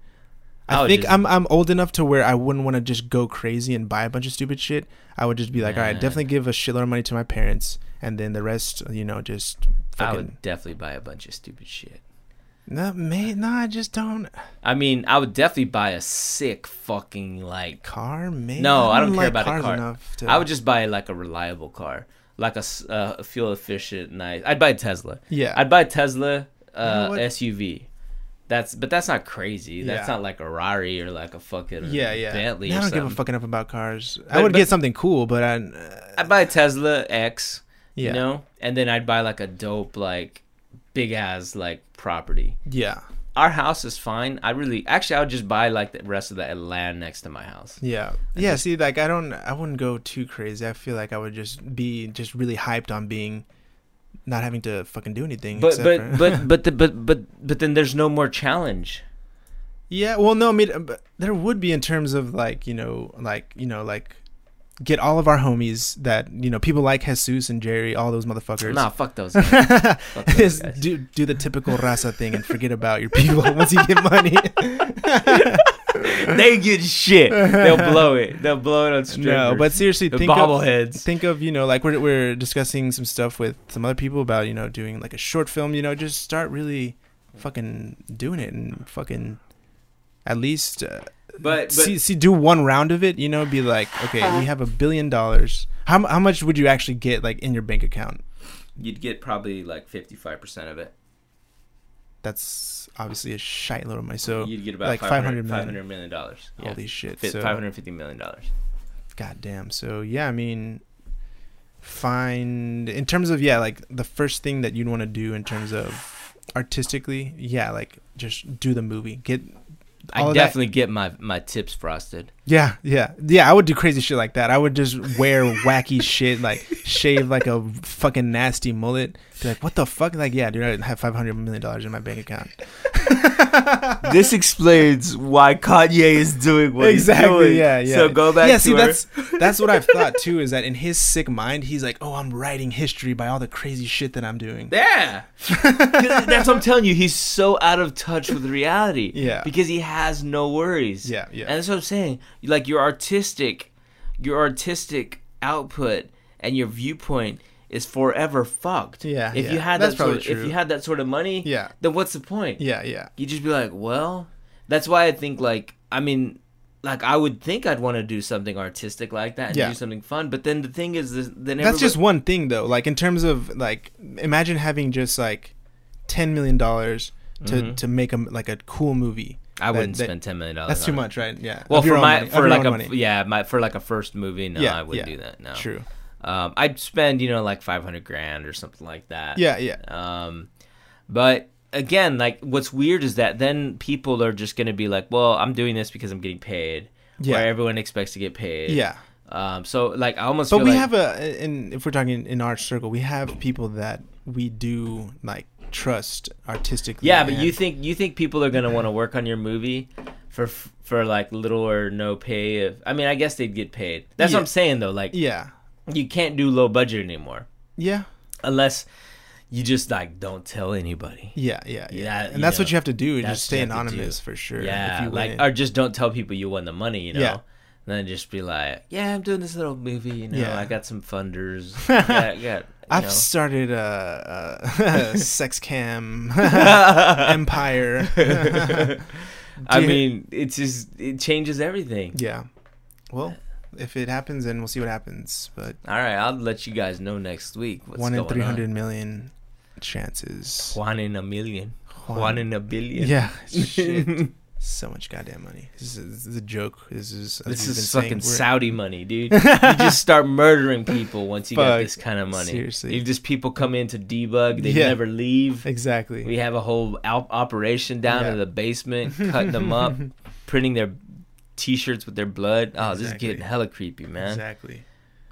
B: I,
A: I would
B: think
A: just-
B: I'm I'm old enough to where I wouldn't want to just go crazy and buy a bunch of stupid shit. I would just be like, all right,
A: Yeah.
B: definitely give a shitload of money to my parents, and then the rest, you know, just
A: I
B: fucking.
A: would definitely buy a bunch of stupid shit.
B: No, man, no, I just don't.
A: I mean, I would definitely buy a sick fucking like.
B: Car, man.
A: No, I don't, care
B: like
A: about a
B: cars
A: car.
B: enough to-
A: I would just buy like a reliable car, like a s- uh, a fuel efficient, nice. I'd buy a Tesla.
B: Yeah.
A: I'd buy a Tesla
B: know
A: uh,
B: what?
A: SUV. That's but that's not crazy. That's
B: Yeah.
A: not like a Rari or like a fucking
B: yeah, yeah.
A: Bentley.
B: I
A: or
B: don't
A: something.
B: give a fuck enough about cars. I
A: But-
B: would
A: but-
B: get something cool, but I. Uh,
A: I'd buy a Tesla X,
B: Yeah.
A: you know, and then I'd buy like a dope, like big ass, like property.
B: yeah,
A: Our house is fine. I really, actually, I would just buy like the rest of the land next to my house.
B: yeah, yeah. See, like I don't. I wouldn't go too crazy. I feel like I would just be just really hyped on being, not having to fucking do anything.
A: But
B: except
A: but
B: for-
A: but but the, but but but then there's no more challenge.
B: <laughs> yeah. Well, no. I mean, uh, but there would be in terms of like you know like you know like. Get all of our homies that you know, people like Jesus and Jerry, all those motherfuckers.
A: Nah, fuck
B: <laughs>
A: those. guys. Fuck those
B: Just
A: guys.
B: do do the typical raza thing and forget about your people <laughs> once you get money.
A: they get shit. They'll blow it. They'll blow it on strippers.
B: No, but seriously,
A: The
B: think of,
A: bobbleheads.
B: think of you know like we're we're discussing some stuff with some other people about you know doing like a short film. You know, just start really fucking doing it and fucking at least uh,
A: but, but
B: see see do one round of it. You know, be like, okay, we have a billion dollars. How mu- how much would you actually get like in your bank account?
A: you'd get probably like 55% of it.
B: That's obviously a shite load of money. So
A: You'd get about
B: Oh, like
A: 500,
B: 500 million.
A: $500 million dollars.
B: holy shit.
A: Fi-
B: so,
A: $550 million dollars.
B: goddamn. So yeah, I mean, find in terms of yeah, like the first thing that you'd want to do in terms of artistically, yeah, like just do the movie. Get all
A: I
B: of that-
A: definitely get my my tips frosted.
B: yeah, yeah, yeah. I would do crazy shit like that. I would just
F: <laughs>
B: wear wacky shit, like shave like a fucking nasty mullet. Be like, what the fuck? Like, yeah, dude, I have five hundred million dollars in my bank account.
F: <laughs> this explains why Kanye is doing <laughs> what he's doing.
B: Yeah, yeah.
F: So go back.
B: Yeah,
F: to
B: see,
F: our-
B: that's that's what I've thought too. Is that in his sick mind, he's like, oh, I'm writing history by all the crazy shit that I'm doing. <laughs>
A: Yeah, 'Cause <laughs> that's what I'm telling you. He's so out of touch with reality.
B: <laughs> Yeah.
A: because he has no worries.
B: Yeah, yeah.
A: And that's what I'm saying. Like your artistic, your artistic output and your viewpoint is forever fucked.
B: Yeah,
A: If
B: yeah.
A: you had
B: That's
A: that sort
B: probably
A: of, if
B: true.
A: you had that sort of money,
B: Yeah.
A: then what's the point?
B: Yeah, yeah.
A: you just be like, well, that's why I think like I mean, like I would think I'd want to do something artistic like that and
B: Yeah.
A: do something fun. But then the thing is, this, then
B: That's just
A: everybody-
B: one thing though. Like in terms of like imagine having just like 10 million dollars to to make a like a cool movie.
A: Mm-hmm. I
B: That-
A: wouldn't
B: that-
A: spend ten million dollars.
B: That's too much, right? Yeah.
A: Well,
B: Of your
A: for
B: own
A: my
B: money- of
A: for
B: your
A: like
B: own
A: a
B: money.
A: yeah my for like a first movie, no,
B: Yeah,
A: I wouldn't
B: yeah.
A: do that. No,
B: True.
A: Um, I'd spend you know like five hundred grand or something like that.
B: Yeah, yeah.
A: Um, but again, like what's weird is that then people are just gonna be like, well, I'm doing this because I'm getting paid.
B: Yeah.
A: Where everyone expects to get paid.
B: Yeah.
A: Um, so like I almost.
B: But
A: feel
B: we
A: like-
B: have a in if we're talking in our circle, we have people that we do like trust artistically.
A: Yeah, but
B: and-
A: you think you think people are gonna want to work on your movie for f- for like little or no pay? If, I mean, I guess they'd get paid. That's
B: Yeah.
A: what I'm saying though. Like
B: Yeah.
A: you can't do low budget anymore.
B: Yeah.
A: unless you just like don't tell anybody.
B: Yeah, yeah, yeah,
A: Yeah,
B: and
A: you
B: that's
A: know,
B: what you have to do. Is
A: that's what
B: just stay
A: you have to do.
B: anonymous for sure.
A: Yeah,
B: if you
A: like
B: win.
A: or just don't tell people you won the money. You know,
B: Yeah.
A: and then just be like, yeah, I'm doing this little movie, you know,
B: Yeah.
A: I got some
B: <laughs>
A: funders, I got, I got, you
B: I've
A: know.
B: started a,
A: <laughs>
B: a <laughs> sex cam
A: <laughs>
B: empire.
A: I
B: Dude.
A: mean, it's just it changes everything.
B: yeah. Well, if it happens, then we'll see what happens. But
A: All right, I'll let you guys know next week. What's
B: one in
A: going
B: three
A: on.
B: hundred million chances.
A: One in a million.
B: Juan-
A: One, in a billion. <laughs>
B: Yeah. Shit. so much goddamn money. This is, this is a joke. This is
A: This
B: as we've been
A: is
B: saying,
A: fucking
B: we're-
A: Saudi money,
B: <laughs>
A: dude. you just start murdering people once you get
B: Fuck.
A: this kind of money.
B: Seriously.
A: You just people come in to debug, they
B: Yeah.
A: never leave.
B: Exactly.
A: We have a whole op- operation down
B: Yeah.
A: in the
B: <laughs>
A: basement, cutting them up, printing their t-shirts with their blood. Oh, this is
B: Exactly.
A: getting hella creepy, man.
B: Exactly.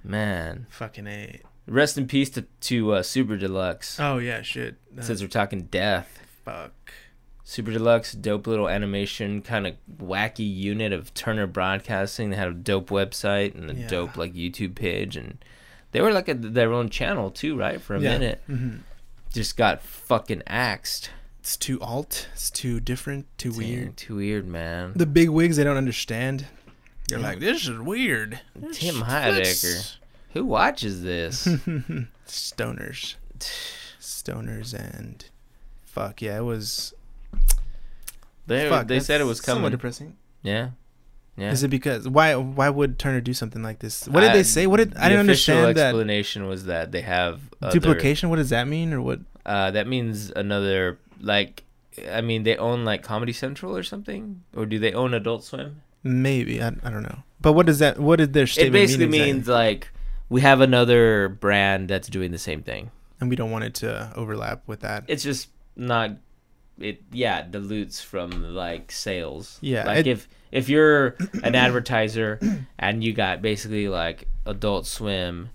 A: Man,
B: Fucking a.
A: rest in peace to, to uh, Super Deluxe.
B: Oh yeah, shit. Uh,
A: Since we're talking death,
B: fuck.
A: Super Deluxe, dope little animation, kind of wacky unit of Turner Broadcasting. They had a dope website and a
B: Yeah.
A: dope like YouTube page, and they were like a, their own channel too, right? For a
B: Yeah.
A: minute,
B: hmm
A: just got fucking axed.
B: It's too alt. It's too different. Too
A: Damn,
B: weird.
A: too weird, man.
B: The big wigs they don't understand. They're like, this is weird.
A: Tim Heidecker, who watches
B: <laughs>
A: this?
B: Stoners. Stoners and fuck yeah, it was.
A: they
B: fuck,
A: they said it
B: that's
A: was
B: Somewhat
A: coming.
B: depressing.
A: yeah, yeah.
B: Is it because why? Why would Turner do something like this? What did
A: I-
B: they say? What did I
A: the
B: didn't
A: official
B: understand that
A: explanation was that they have other-
B: duplication? What does that mean or what?
A: Uh, that means another like. I mean, they own like Comedy Central or something, or do they own Adult Swim?
B: Maybe I, I don't know. But what does that? What did their
A: It
B: statement
A: basically
B: mean exactly?
A: means like we have another brand that's doing the same thing.
B: and we don't want it to overlap with that.
A: It's just not. It yeah dilutes from like sales.
B: Yeah,
A: like
B: it-
A: if if you're an advertiser and you got basically like Adult Swim,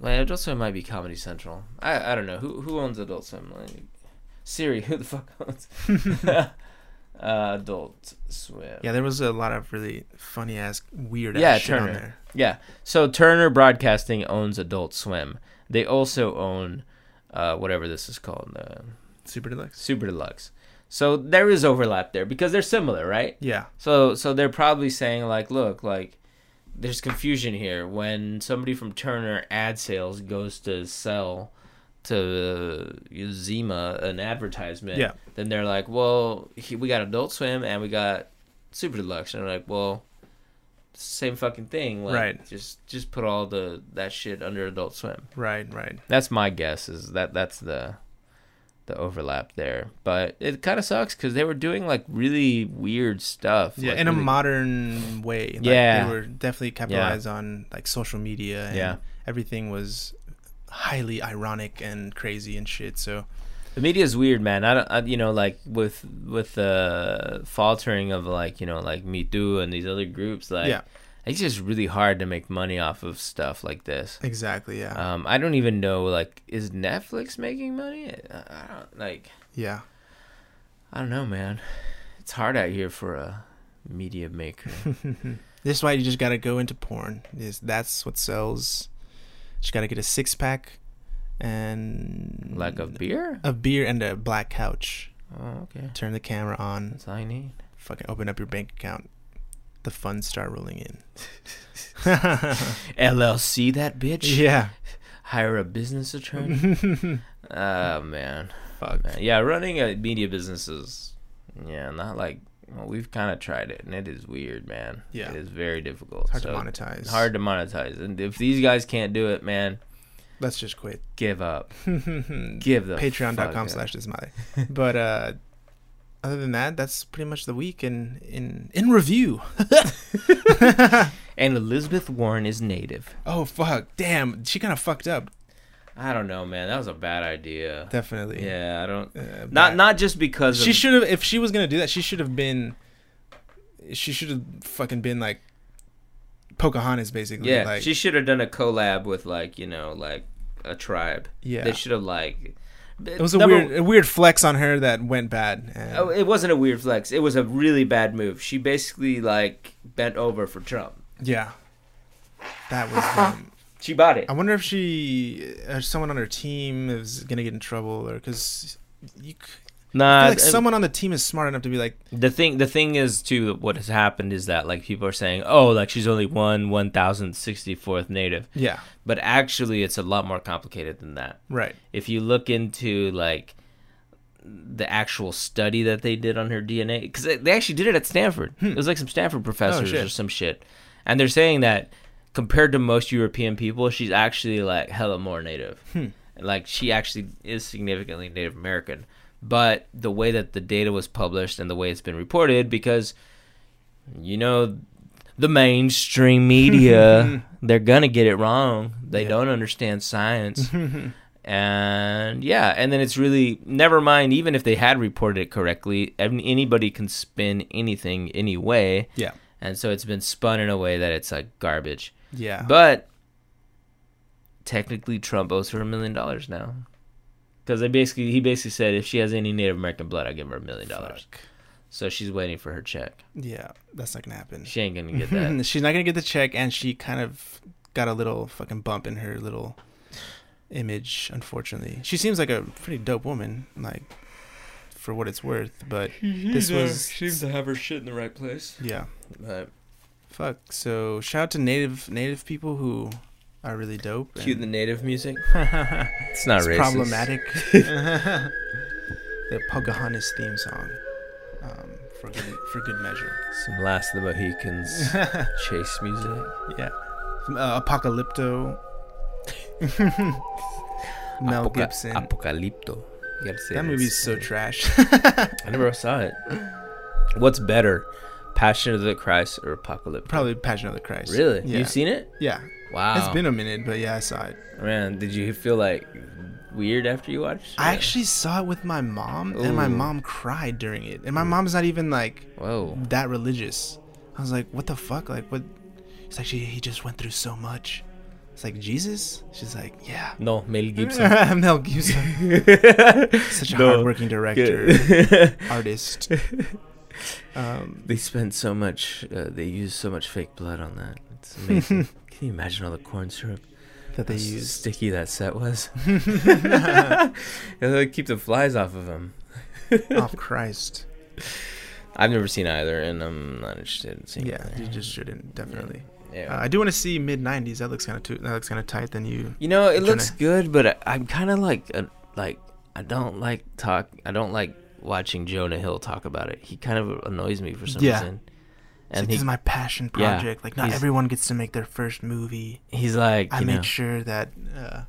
A: well, Adult Swim might be Comedy Central. I I don't know who who owns Adult Swim. Like, Siri, <laughs> who the fuck
B: <laughs>
A: owns uh, Adult Swim?
B: yeah, there was a lot of really funny ass weird
A: Yeah,
B: ass shit on
A: Turner.
B: there.
A: Yeah. So Turner Broadcasting owns Adult Swim. They also own uh, whatever this is called, uh,
B: Super deluxe.
A: Super Deluxe. So there is overlap there because they're similar, right?
B: Yeah,
A: So so they're probably saying like, look, like there's confusion here when somebody from Turner ad sales goes to sell to uh, Zima an advertisement.
B: Yeah.
A: Then they're like, well, he, we got Adult Swim and we got Super Deluxe, and they're like, well, same fucking thing. Like,
B: Right.
A: Just just put all the that shit under Adult Swim.
B: right, right.
A: That's my guess. Is that that's the the overlap there, but it kind of sucks because they were doing like really weird stuff.
B: Yeah,
A: like,
B: in a
A: really-
B: modern way. Like,
A: Yeah.
B: they were definitely capitalized on like social media. And
A: Yeah.
B: everything was highly ironic and crazy and shit. So
A: The media is weird, man. I don't, I, you know, like with with the faltering of like you know like Me Too and these other groups, like
B: Yeah.
A: it's just really hard to make money off of stuff like this.
B: exactly, yeah,
A: Um, I don't even know like is Netflix making money? I I don't like
B: yeah.
A: I don't know, man. It's hard out here for a media maker.
B: This is why you just gotta go into porn. Is that's what sells. Just gotta get a six pack, and
A: like a beer?
B: a beer and a black couch.
A: Oh, okay.
B: Turn the camera on.
A: That's all you need.
B: Fucking open up your bank account. The funds start rolling in. <laughs>
A: <laughs> LLC that bitch.
B: yeah.
A: Hire a business attorney.
B: <laughs>
A: oh man.
B: Fuck.
A: man. Yeah, running a media business is yeah, not like well, we've kind of tried it and it is weird, man.
B: Yeah.
A: It is very difficult.
B: Hard to
A: So,
B: monetize.
A: Hard to monetize. And if these guys can't do it, man,
B: Let's
A: <laughs>
B: just quit.
A: give up. give the fuck
B: patreon.com
A: up.
B: slash dismally but uh other than that that's pretty much the week in in in review
A: And Elizabeth Warren is native.
B: oh fuck damn she kind of fucked up
A: I don't know, man. That was a bad idea.
B: definitely
A: yeah, I don't.
B: Uh,
A: not
B: bad.
A: not just because
B: she
A: of,
B: should have if she was gonna do that she should have been she should have fucking been like pocahontas basically
A: Yeah,
B: like
A: she should have done a collab with like you know like a tribe.
B: Yeah.
A: they should have like.
B: it was a weird a weird flex on her that went bad and
A: Oh, it wasn't a weird flex. It was a really bad move. She basically like bent over for Trump.
B: yeah that was
A: <laughs>
B: dumb.
A: She bought it.
B: I wonder if uh, she or someone on her team is gonna get in trouble or because you c-
A: Nah,
B: like
A: uh,
B: someone on the team is smart enough to be like,
A: the thing the thing is too what has happened is that like people are saying, oh, like she's only one one thousand sixty fourth native,
B: yeah,
A: but actually it's a lot more complicated than that.
B: right,
A: If you look into like the actual study that they did on her DNA, because they actually did it at Stanford. It was like some Stanford professors
B: shit.
A: or some shit, and they're saying that compared to most European people, she's actually like hella more native. Like she actually is significantly Native American. But the way that the data was published and the way it's been reported, because you know the mainstream media, they're gonna get it wrong. They don't understand science. And yeah, and then it's really never mind. Even if they had reported it correctly, an- anybody can spin anything any way,
B: yeah,
A: and so it's been spun in a way that it's like garbage.
B: yeah.
A: But technically, Trump owes her a million dollars now, because they basically he basically said if she has any Native American blood, I'll give her a million dollars.
B: Fuck.
A: So she's waiting for her check.
B: yeah, that's not gonna happen.
A: She ain't gonna <laughs> get that.
B: <laughs> She's not gonna get the check, and she kind of got a little fucking bump in her little image. Unfortunately, she seems like a pretty dope woman, like for what it's worth. But this was
A: to have her shit in the right place.
B: yeah,
A: But
B: fuck. So shout out to native native people who are really dope. and-
A: cue the native music. <laughs> it's not
B: it's
A: racist.
B: problematic.
A: <laughs>
B: <laughs> the Pocahontas theme song, um, for good for good measure.
A: <laughs> Some Last of the Mohicans chase music.
B: Yeah. Uh, Apocalypto. <laughs> Mel
A: Apoca-
B: Gibson.
A: Apocalypto. You gotta say
B: that
A: it.
B: movie's
A: It's-
B: so trash. <laughs>
A: I never saw it. <gasps> What's better, Passion of the Christ or Apocalypto?
B: Probably Passion of the Christ.
A: Really?
B: Yeah.
A: You've seen Oh. it?
B: Yeah.
A: Wow.
B: It's been a minute, but yeah, I saw it.
A: Man, did you feel like weird after you watched?
B: I
A: it?
B: actually saw it with my mom, and my
A: Ooh.
B: mom cried during it. And my mom's not even like
A: Whoa.
B: that religious. I was like, what the fuck? Like, what? It's like, she, he just went through so much. It's like, Jesus? She's like, yeah.
A: No,
B: <laughs>
A: Mel <laughs> Gibson.
B: Mel Gibson. Such a
A: No.
B: hardworking director,
A: <laughs>
B: artist. Um,
A: they spent so much. Uh, they used so much fake blood on that. It's
B: <laughs>
A: amazing. Can you imagine all the corn syrup?
B: that they
A: How
B: used.
A: sticky that set
B: <laughs>
A: was. <laughs> It'll keep the flies off of him.
B: Oh
A: <laughs>
B: Christ.
A: I've never seen either, and I'm not interested in seeing.
B: Yeah,
A: either.
B: you just shouldn't definitely.
A: Yeah.
B: Uh, I do want to see mid '90s. That looks kind of too. That looks kind of tight. Then you.
A: You know, it
B: I'm
A: looks
B: tryna-
A: good, but I, I'm kind of like, uh, like I don't like talk. I don't like watching Jonah Hill talk about it. He kind of annoys me for some
B: Yeah.
A: reason.
B: It's like,
A: And
B: this is
A: he,
B: my passion
A: yeah,
B: project. like not
A: he's-
B: everyone gets to make their first movie.
A: he's like,
B: I
A: you
B: make
A: know,
B: sure that. Uh,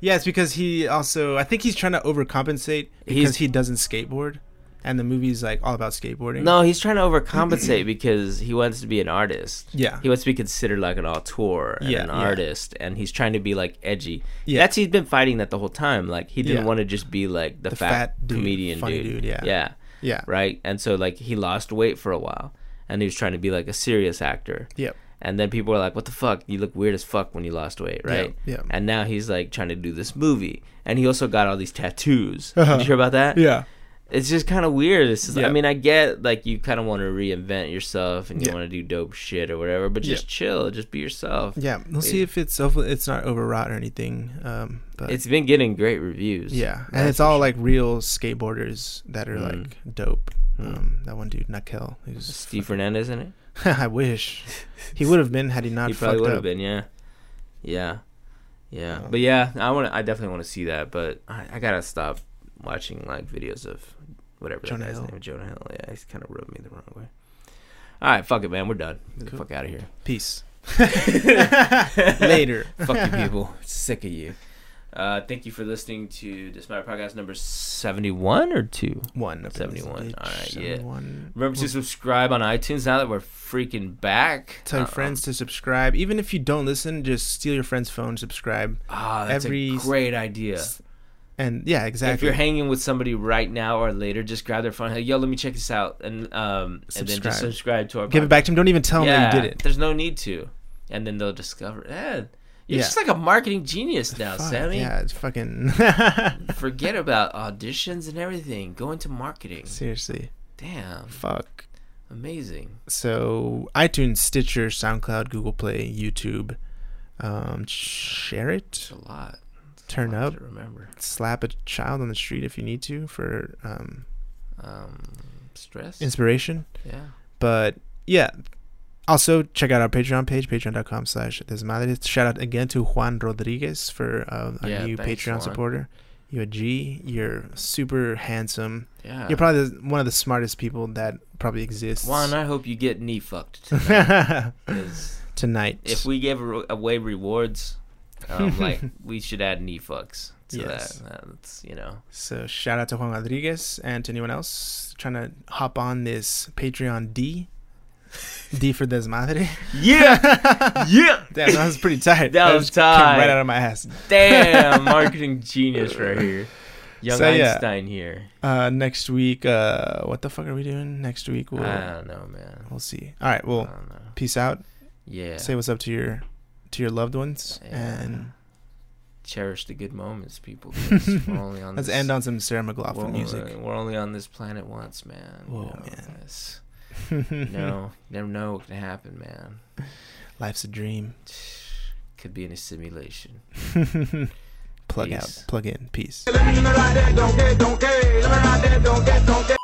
B: yeah, it's because he also. I think he's trying to overcompensate because
A: He's-
B: he doesn't skateboard, and the movie's like all about skateboarding.
A: no, he's trying to overcompensate because he wants to be an artist.
B: Yeah.
A: he wants to be considered like an auteur and
B: Yeah,
A: an
B: yeah.
A: artist, and he's trying to be like edgy.
B: Yeah.
A: Yeah, that's he's been fighting that the whole time. Like he didn't
B: Yeah.
A: want to just be like the,
B: The
A: fat,
B: fat dude,
A: comedian
B: funny dude, yeah.
A: yeah,
B: Yeah.
A: right? And so like he lost weight for a while, and he was trying to be like a serious actor.
B: Yep.
A: And then people were like, "What the fuck? You look weird as fuck when you lost weight, right?"
B: Yeah, yeah.
A: And now he's like trying to do this movie, and he also got all these
B: <laughs>
A: tattoos. Did you hear about that?
B: Yeah.
A: It's just kind of weird. It's just,
B: Yeah.
A: I mean, I get like you kind of want to reinvent yourself and you
B: Yeah.
A: want to do dope shit or whatever, but just
B: Yeah.
A: chill, just be yourself.
B: Yeah. We'll see if it's over, it's not overwrought or anything. Um, but
A: It's been getting great reviews.
B: Yeah, and
A: That's
B: it's all like real skateboarders that are
A: Mm.
B: like dope. Um, that one dude, Nakel,
A: <laughs>
B: who's <laughs>
A: Steve Fernandez in it.
B: I wish he would have been had he not
A: He probably
B: fucked
A: would
B: up.
A: have been. Yeah, yeah, yeah. But yeah, I want. to I definitely want to see that. But I, I gotta stop watching like videos of whatever
B: Jonah
A: that guy's
B: Hill.
A: name, Jonah Hill. Yeah, he's kind of rubbed me the wrong way. All right, fuck it, man. We're done. Get the fuck out of here.
B: Peace. <laughs> Later.
A: Fuck you, people. Sick of you. Uh, thank you for listening to this matter podcast number seventy-one or two.
B: One up in this
A: 71,
B: bitch,
A: all right, yeah.
B: 71.
A: Remember to subscribe on iTunes now that we're freaking back.
B: Tell your friends to subscribe. Even if you don't listen, just steal your friend's phone, subscribe,
A: Ah, that's
B: Every
A: a
B: s-
A: great idea.
B: and yeah,
A: If you're
B: exactly.
A: hanging with somebody right now or later, just grab their phone. Hey, yo, let me check this out, and um, and then
B: Subscribe.
A: just subscribe to our.
B: Give it back to him. Don't even tell him that you did it.
A: There's no need to, and then they'll discover. Eh, you're
B: Yeah.
A: just like a marketing genius now,
B: Fuck,
A: Sammy.
B: yeah, it's fucking <laughs>
A: Forget about auditions and everything. Go into marketing.
B: seriously.
A: Damn,
B: Fuck.
A: amazing.
B: So iTunes, Stitcher, SoundCloud, Google Play, YouTube. Um, share it,
A: It's a lot.
B: turn
A: I have
B: up,
A: to remember.
B: slap a child on the street if you need to for um,
A: um, stress.
B: inspiration.
A: yeah.
B: But yeah. Also check out our Patreon page, patreon.com slash desmadres. Shout out again to Juan Rodriguez for uh, our
A: Yeah,
B: new
A: thanks,
B: Patreon
A: Juan.
B: supporter. You're a G. You're super handsome.
A: Yeah.
B: You're probably the, one of the smartest people that probably exists.
A: Juan, I hope you get knee fucked
B: <laughs>
A: tonight.
B: tonight. <laughs>
A: 'cause if we gave ro- away rewards,
B: <laughs>
A: um, like we should add knee fucks to
B: Yes.
A: that. That's you know.
B: So shout out to Juan Rodriguez and to anyone else trying to hop on this Patreon D. D for Desmadre.
A: <laughs> Yeah. yeah.
B: <laughs> <laughs> Damn, that was pretty tight.
A: That was
B: just Came
A: tight.
B: right out of my ass.
A: <laughs> Damn, marketing genius right
B: <laughs>
A: here. Young
B: So, yeah.
A: Einstein here.
B: Uh, next week, uh, what the fuck are we doing? Next week, we'll
A: I don't know, man.
B: we'll see. All right, well,
A: I don't know.
B: peace out.
A: uh, Yeah.
B: Say what's up to your to your loved ones,
A: Yeah.
B: and
A: Cherish the good moments,
B: <laughs>
A: people. 'cause We're only on
B: let's
A: this,
B: end on some Sarah McLaughlin
A: we're,
B: music.
A: only- We're only on this planet once, man. You
B: Whoa,
A: know,
B: man. <laughs>
A: this- no, never know what can happen, man. <sighs>
B: Life's a dream. <laughs>
A: Could be in a simulation.
B: Plug out.
A: Peace.
B: Plug in. Peace.
G: Let me ride that donkey, donkey. Let me ride that donkey, donkey.